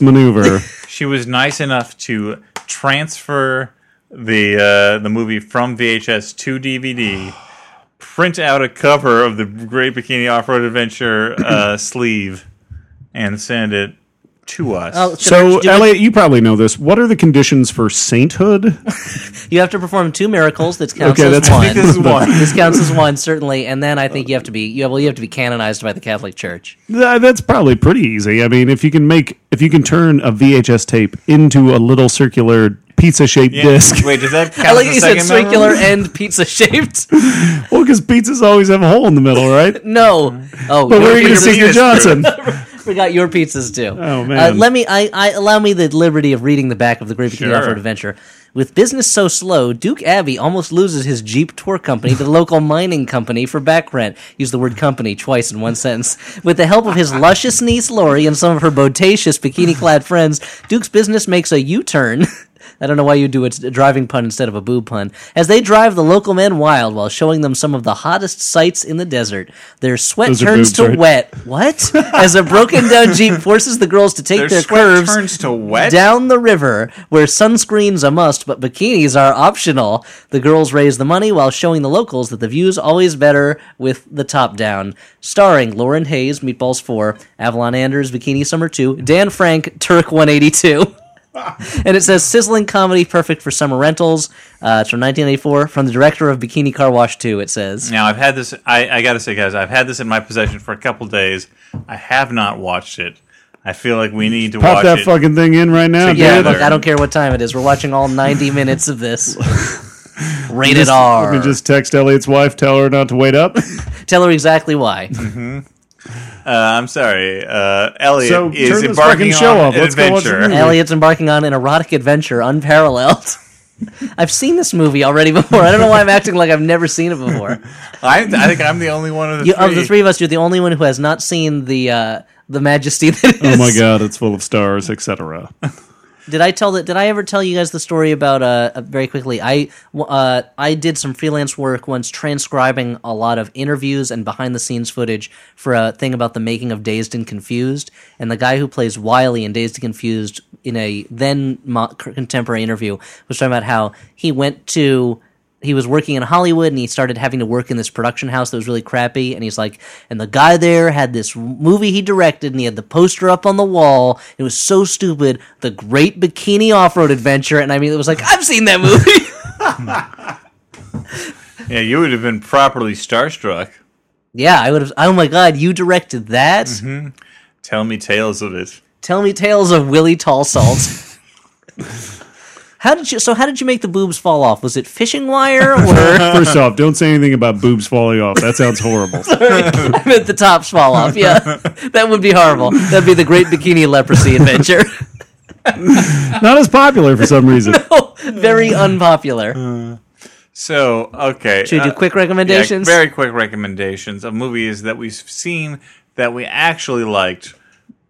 Speaker 2: maneuver.
Speaker 1: she was nice enough to transfer the uh, the movie from VHS to DVD, print out a cover of the Great Bikini Off Road Adventure uh, sleeve, and send it to us.
Speaker 3: Oh,
Speaker 2: so,
Speaker 3: do we-
Speaker 2: Elliot, you probably know this. What are the conditions for sainthood?
Speaker 3: You have to perform two miracles. That counts
Speaker 2: uh, Okay,
Speaker 3: as
Speaker 2: that's-
Speaker 1: I
Speaker 3: one.
Speaker 1: think this is one.
Speaker 3: this counts as one certainly, and then I think you have to be you have, well, you have to be canonized by the Catholic Church.
Speaker 2: Th- That's probably pretty easy. I mean, if you can make, if you can turn a VHS tape into a little circular pizza shaped
Speaker 1: Yeah.
Speaker 2: disc.
Speaker 1: Wait, does that count?
Speaker 3: I
Speaker 1: as
Speaker 3: like
Speaker 1: the
Speaker 3: you said
Speaker 1: second member?
Speaker 3: circular and pizza shaped.
Speaker 2: Well, because pizzas always have a hole in the middle, right?
Speaker 3: No, oh,
Speaker 2: But where are
Speaker 3: your
Speaker 2: you going
Speaker 1: pizza
Speaker 2: to stick your
Speaker 1: is true.
Speaker 2: Johnson?
Speaker 3: forgot your pizzas too.
Speaker 2: Oh, man.
Speaker 3: Uh, let me. I, I allow me the liberty of reading the back of the Great Bikini
Speaker 1: Sure.
Speaker 3: Off-Road Adventure. With business so slow, Duke Abbey almost loses his Jeep tour company to the local mining company for back rent. Use the word company twice in one sentence. With the help of his luscious niece Lori and some of her bodacious bikini-clad friends, Duke's business makes a U-turn. I don't know why you do a a driving pun instead of a boob pun. As they drive the local men wild while showing them some of the hottest sights in the desert, their sweat
Speaker 2: Those are
Speaker 3: turns
Speaker 2: boobs,
Speaker 3: to
Speaker 2: right?
Speaker 3: wet. What? As a broken down Jeep forces the girls to take
Speaker 1: Their
Speaker 3: their,
Speaker 1: sweat
Speaker 3: curves
Speaker 1: turns to wet.
Speaker 3: down the river, where sunscreens a must, but bikinis are optional. The girls raise the money while showing the locals that the view's always better with the top down. Starring Lauren Hayes, Meatballs 4, Avalon Anders, Bikini Summer 2, Dan Frank, Turk 182. and it says sizzling comedy perfect for summer rentals. Uh, it's from 1984 from the director of Bikini Car Wash 2. It says
Speaker 1: Now I've had this. I, I gotta say, guys, I've had this in my possession for a couple days. I have not watched it. I feel like we need to
Speaker 2: Pop
Speaker 1: watch
Speaker 2: that
Speaker 1: it.
Speaker 2: fucking thing in right now.
Speaker 3: Yeah,
Speaker 1: Together.
Speaker 2: dude.
Speaker 3: look, I don't care what time it is. We're watching all 90 minutes of this. Rated
Speaker 2: Just-
Speaker 3: R.
Speaker 2: Let me just text Elliot's wife, tell her not to wait up.
Speaker 3: Tell her exactly why.
Speaker 1: uh, I'm sorry, uh, Elliot
Speaker 2: So, turn
Speaker 1: is
Speaker 2: this
Speaker 1: embarking
Speaker 2: fucking show
Speaker 1: on
Speaker 2: off.
Speaker 1: an
Speaker 2: Let's go watch the
Speaker 1: adventure.
Speaker 2: movie.
Speaker 3: Elliot's embarking on an erotic adventure unparalleled. I've seen this movie already before. I don't know why I'm acting like I've never seen it before.
Speaker 1: I, I think I'm the only one of the
Speaker 3: You,
Speaker 1: three.
Speaker 3: of the three of us, you're the only one who has not seen the uh, the Majesty. That is.
Speaker 2: oh my god, it's full of stars, etc.
Speaker 3: Did I tell that? Did I ever tell you guys the story about uh, uh, very quickly? I w- uh, I did some freelance work once transcribing a lot of interviews and behind the scenes footage for a thing about the making of Dazed and Confused, and the guy who plays Wiley in Dazed and Confused in a then mo- contemporary interview was talking about how he went to he was working in Hollywood and he started having to work in this production house that was really crappy. And he's like, and the guy there had this movie he directed and he had the poster up on the wall. It was so stupid. The Great Bikini Off Road Adventure. And I mean, it was like, I've seen that movie.
Speaker 1: yeah, you would have been properly starstruck.
Speaker 3: yeah, I would have. Oh my God, you directed that?
Speaker 1: Tell me tales of it.
Speaker 3: Tell me tales of Willie Tallsalt. how did you? So how did you make the boobs fall off? Was it fishing wire or?
Speaker 2: First off, don't say anything about boobs falling off. That sounds horrible.
Speaker 3: I meant the tops fall off. Yeah, that would be horrible. That'd be the Great Bikini Leprosy Adventure.
Speaker 2: Not as popular for some reason.
Speaker 3: very
Speaker 1: Mm.
Speaker 3: unpopular.
Speaker 1: So okay,
Speaker 3: Should we do
Speaker 1: uh,
Speaker 3: quick
Speaker 1: yeah,
Speaker 3: recommendations?
Speaker 1: very quick recommendations of movies that we've seen that we actually liked.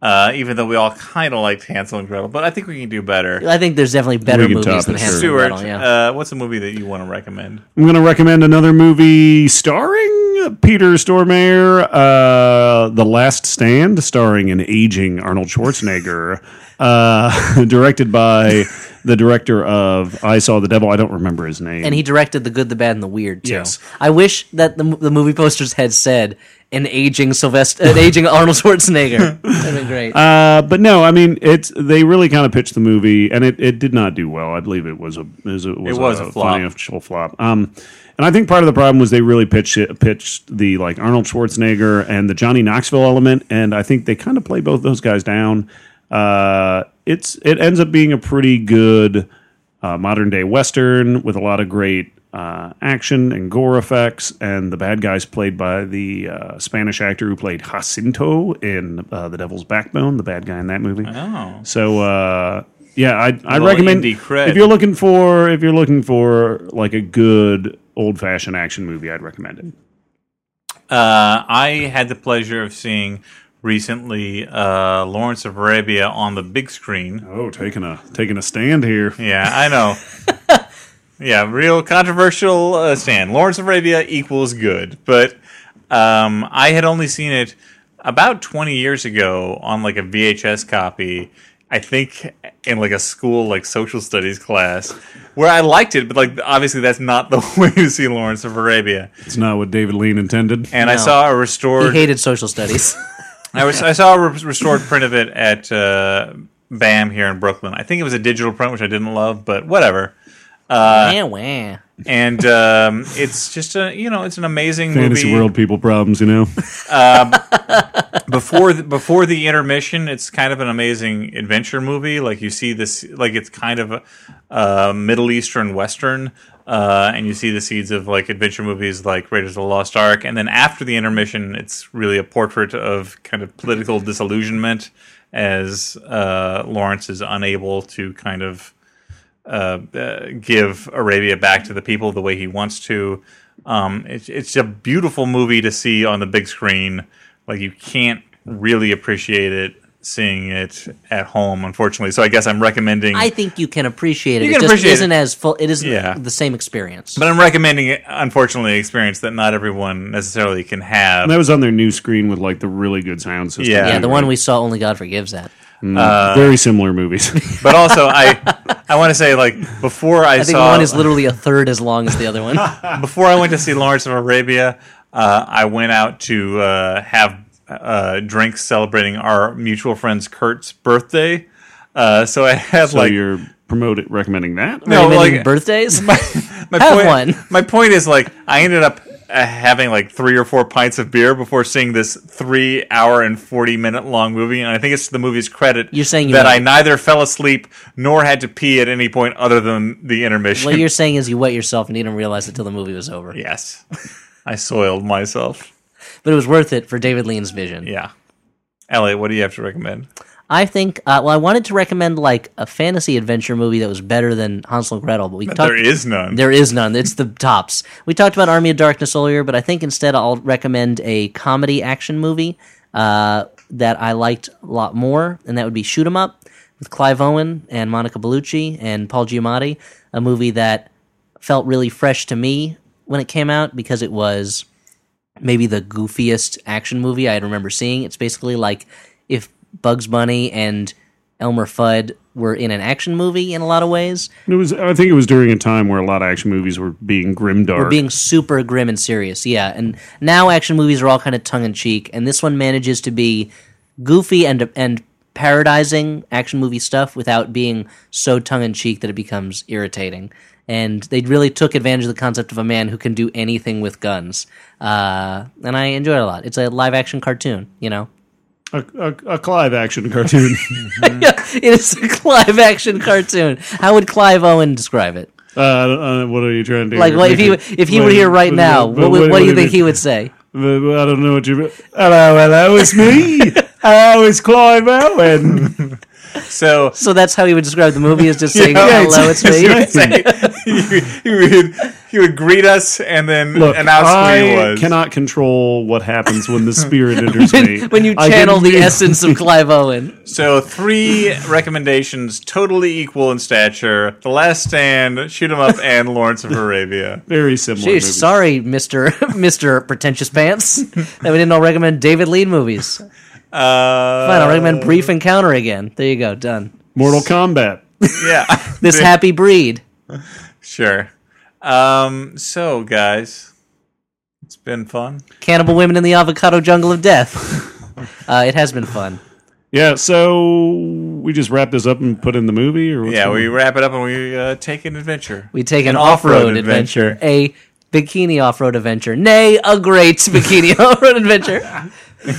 Speaker 1: Uh, even though we all kind of liked Hansel and Gretel, but I think we can do better.
Speaker 3: I think there's definitely better
Speaker 2: can
Speaker 3: movies
Speaker 2: top
Speaker 3: than
Speaker 2: it,
Speaker 3: Hansel
Speaker 1: Stuart,
Speaker 3: and Gretel. Yeah.
Speaker 1: uh, what's a movie that you want to recommend?
Speaker 2: I'm going to recommend another movie starring Peter Stormare, uh, The Last Stand, starring an aging Arnold Schwarzenegger, uh, directed by the director of I Saw the Devil. I don't remember his name.
Speaker 3: and he directed The Good, the Bad, and the Weird too.
Speaker 2: Yes.
Speaker 3: I wish that the, the movie posters had said an aging Sylvester, an aging Arnold Schwarzenegger. That'd been great.
Speaker 1: Um,
Speaker 2: Uh, but no, I mean it's they really kind of pitched the movie, and it, it did not do well. I believe it was a it was a, was
Speaker 1: It was a flop.
Speaker 2: financial flop. Um, and I think part of the problem was they really pitched it, pitched the like Arnold Schwarzenegger and the Johnny Knoxville element, and I think they kind of play both those guys down. Uh, it's it ends up being a pretty good uh, modern day western with a lot of great uh, action and gore effects, and the bad guys played by the uh, Spanish actor who played Jacinto in uh, The Devil's Backbone, the bad guy in that movie.
Speaker 1: Oh.
Speaker 2: So uh, yeah, I I
Speaker 1: Little
Speaker 2: recommend
Speaker 1: indie cred.
Speaker 2: if you're looking for if you're looking for like a good old fashioned action movie, I'd recommend it.
Speaker 1: Uh, I had the pleasure of seeing recently uh, Lawrence of Arabia on the big screen.
Speaker 2: Oh, taking a taking a stand here.
Speaker 1: Yeah, I know. yeah, real controversial uh, stand. Lawrence of Arabia equals good, but um, I had only seen it about 20 years ago on like a VHS copy. I think in like a school like social studies class where I liked it, but like obviously that's not the way you see Lawrence of Arabia.
Speaker 2: It's not what David Lean intended.
Speaker 1: And I
Speaker 3: No.
Speaker 1: saw a
Speaker 3: he
Speaker 1: restored.
Speaker 3: hated social studies.
Speaker 1: I, was, I saw a re- restored print of it at uh, BAM here in Brooklyn. I think it was a digital print, which I didn't love, but whatever. Uh,
Speaker 3: yeah, wah.
Speaker 1: mm. and um, it's just a you know it's an amazing
Speaker 2: Fantasy
Speaker 3: uh,
Speaker 1: movie.
Speaker 2: world people problems, you know.
Speaker 1: Before the, before the intermission, it's kind of an amazing adventure movie. Like you see this, like it's kind of a, uh, Middle Eastern Western, uh, and you see the seeds of like adventure movies like Raiders of the Lost Ark. And then after the intermission, it's really a portrait of kind of political disillusionment as uh, Lawrence is unable to kind of. uh, uh, give Arabia back to the people the way he wants to. Um, it's it's a beautiful movie to see on the big screen. Like you can't really appreciate it seeing it at home, unfortunately. So I guess I'm recommending.
Speaker 3: I think you can appreciate it.
Speaker 1: You
Speaker 3: it
Speaker 1: can
Speaker 3: just
Speaker 1: appreciate it.
Speaker 3: isn't as full. It isn't
Speaker 1: Yeah.
Speaker 3: the same experience.
Speaker 1: but I'm recommending, unfortunately, an experience that not everyone necessarily can have.
Speaker 2: that was on their new screen with like the really good sound system. Uh,
Speaker 1: Yeah.
Speaker 3: yeah, the one uh, we saw, only God forgives that.
Speaker 2: very similar movies.
Speaker 1: But also, I I want to say like before I,
Speaker 3: I think
Speaker 1: saw
Speaker 3: one is literally a third as long as the other one.
Speaker 1: before I went to see Lawrence of Arabia, uh, I went out to uh, have uh, drinks celebrating our mutual friend's Kurt's birthday. Uh, so I had
Speaker 2: So
Speaker 1: like
Speaker 2: you're promoting recommending that?
Speaker 1: No,
Speaker 3: Raymond
Speaker 1: like-
Speaker 3: birthdays.
Speaker 1: my
Speaker 3: Have
Speaker 1: point,
Speaker 3: one.
Speaker 1: My point is like I ended up uh, having like three or four pints of beer before seeing this three hour and forty minute long movie, and I think it's to the movie's credit
Speaker 3: You're saying you
Speaker 1: that I
Speaker 3: went-
Speaker 1: neither fell asleep nor had to pee at any point other than the intermission.
Speaker 3: what you're saying is you wet yourself and you didn't realize it till the movie was over.
Speaker 1: yes, I soiled myself.
Speaker 3: But it was worth it for David Lean's vision.
Speaker 1: Yeah, Elliot, what do you have to recommend?
Speaker 3: I think. Uh, well, I wanted to recommend like a fantasy adventure movie that was better than Hansel and Gretel, but we talked.
Speaker 1: there is none.
Speaker 3: There is none. It's the tops. We talked about Army of Darkness earlier, but I think instead I'll recommend a comedy action movie uh, that I liked a lot more, and that would be Shoot 'Em Up with Clive Owen and Monica Bellucci and Paul Giamatti. A movie that felt really fresh to me when it came out because it was maybe the goofiest action movie I remember seeing. It's basically like if Bugs Bunny and Elmer Fudd were in an action movie in a lot of ways.
Speaker 2: It was. I think it was during a time where a lot of action movies were being grimdark.
Speaker 3: We're being super grim and serious. Yeah, and now action movies are all kind of tongue in cheek, and this one manages to be goofy and and parodizing action movie stuff without being so tongue in cheek that it becomes irritating. And they really took advantage of the concept of a man who can do anything with guns, uh, and I enjoyed it a lot. It's a live action cartoon, you know.
Speaker 2: a, a, a Clive action cartoon.
Speaker 3: it is a live action cartoon. How would Clive Owen describe it?
Speaker 2: uh, uh, what are you trying to do?
Speaker 3: Like, what if he if he were here right now, what, would, what do you think he would say?
Speaker 2: Uh, I don't know what you. Hello, hello, it's me. hello, it's Clive Owen.
Speaker 1: So
Speaker 3: So that's how he would describe the movie is just saying,
Speaker 2: yeah,
Speaker 3: "Hello, it's, me."
Speaker 1: he, he would he would greet us and then
Speaker 2: Look,
Speaker 1: announce who he
Speaker 2: I
Speaker 1: was.
Speaker 2: cannot control what happens when the spirit enters me.
Speaker 3: when you
Speaker 2: I
Speaker 3: channel
Speaker 2: didn't
Speaker 3: the
Speaker 2: mean-
Speaker 3: essence of Clive Owen.
Speaker 1: So three recommendations, totally equal in stature: The Last Stand, Shoot 'Em Up, and Lawrence of Arabia.
Speaker 2: very similar.
Speaker 3: Jeez,
Speaker 2: movies.
Speaker 3: sorry, Mister Mister Pretentious Pants, that we didn't all recommend David Lean movies. Fine,
Speaker 1: Uh,
Speaker 3: I'll
Speaker 2: Uh,
Speaker 3: recommend Brief Encounter again. There you go, done.
Speaker 2: Mortal Kombat.
Speaker 1: yeah,
Speaker 3: This happy breed.
Speaker 1: sure. Um, so guys, it's been fun.
Speaker 3: Cannibal women in the avocado jungle of death. Uh, it has been fun.
Speaker 2: Yeah, so we just wrap this up and put in the movie, or what's
Speaker 1: Yeah,
Speaker 2: going
Speaker 1: we
Speaker 2: on?
Speaker 1: wrap it up and we uh, take an adventure.
Speaker 3: We take
Speaker 1: An
Speaker 3: an, off-road,
Speaker 1: off-road
Speaker 3: adventure, a bikini off-road adventure, nay, a great bikini off-road adventure.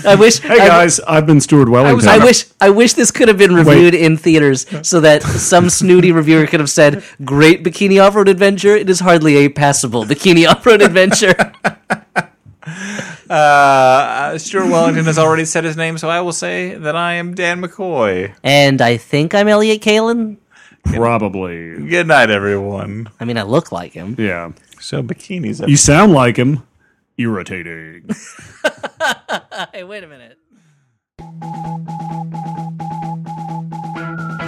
Speaker 3: I wish.
Speaker 2: Hey guys, I've been Stuart Wellington.
Speaker 3: I wish I wish this could have been reviewed in theaters so that some snooty reviewer could have said, "Great bikini off-road adventure. It is hardly a passable bikini off-road adventure."
Speaker 1: Uh, Stuart Wellington has already said his name, so I will say that I am Dan McCoy.
Speaker 3: and I think I'm Elliot Kalin.
Speaker 2: probably.
Speaker 1: Good night, everyone.
Speaker 3: I mean, I look like him.
Speaker 2: Yeah,
Speaker 1: So bikinis.
Speaker 2: you sound like him. Irritating.
Speaker 3: Hey, wait a minute.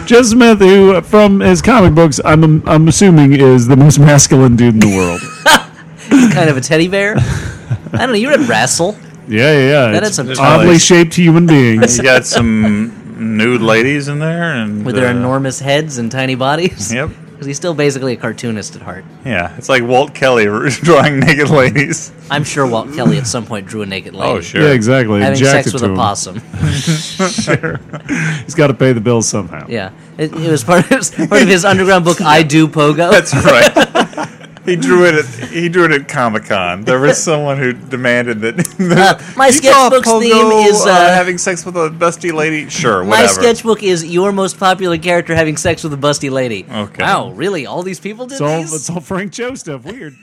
Speaker 2: Jeff Smith, who from his comic books, I'm I'm assuming is the most masculine dude in the world.
Speaker 3: Kind of a teddy bear. I don't know. You read Wrestle.
Speaker 2: yeah, yeah, yeah.
Speaker 3: That
Speaker 2: It's
Speaker 3: is a-
Speaker 2: oddly shaped human beings.
Speaker 1: You got some nude ladies in there, and
Speaker 3: with their
Speaker 1: uh,
Speaker 3: enormous heads and tiny bodies.
Speaker 1: Yep.
Speaker 3: Because he's still basically a cartoonist at heart.
Speaker 1: Yeah, it's like Walt Kelly drawing naked ladies.
Speaker 3: I'm sure Walt Kelly at some point drew a naked lady.
Speaker 2: Yeah, exactly.
Speaker 3: Having
Speaker 2: Jacked
Speaker 3: sex
Speaker 2: it
Speaker 3: with
Speaker 2: to
Speaker 3: a
Speaker 2: him.
Speaker 3: possum.
Speaker 2: He's got to pay the bills somehow.
Speaker 3: Yeah. It, it was part of his, part of his underground book, I Do Pogo.
Speaker 1: That's right. he drew it. At, he drew it at Comic Con. There was someone who demanded that. that
Speaker 3: my
Speaker 1: Uh, "You call
Speaker 3: Uh, sketchbook's theme is, uh,
Speaker 1: having sex with a busty lady. Sure,
Speaker 3: My
Speaker 1: whatever.
Speaker 3: sketchbook is your most popular character having sex with a busty lady.
Speaker 1: Okay.
Speaker 3: Wow, really? All these people did
Speaker 2: It's all
Speaker 3: these?
Speaker 2: it's all Frank Joe stuff. Weird.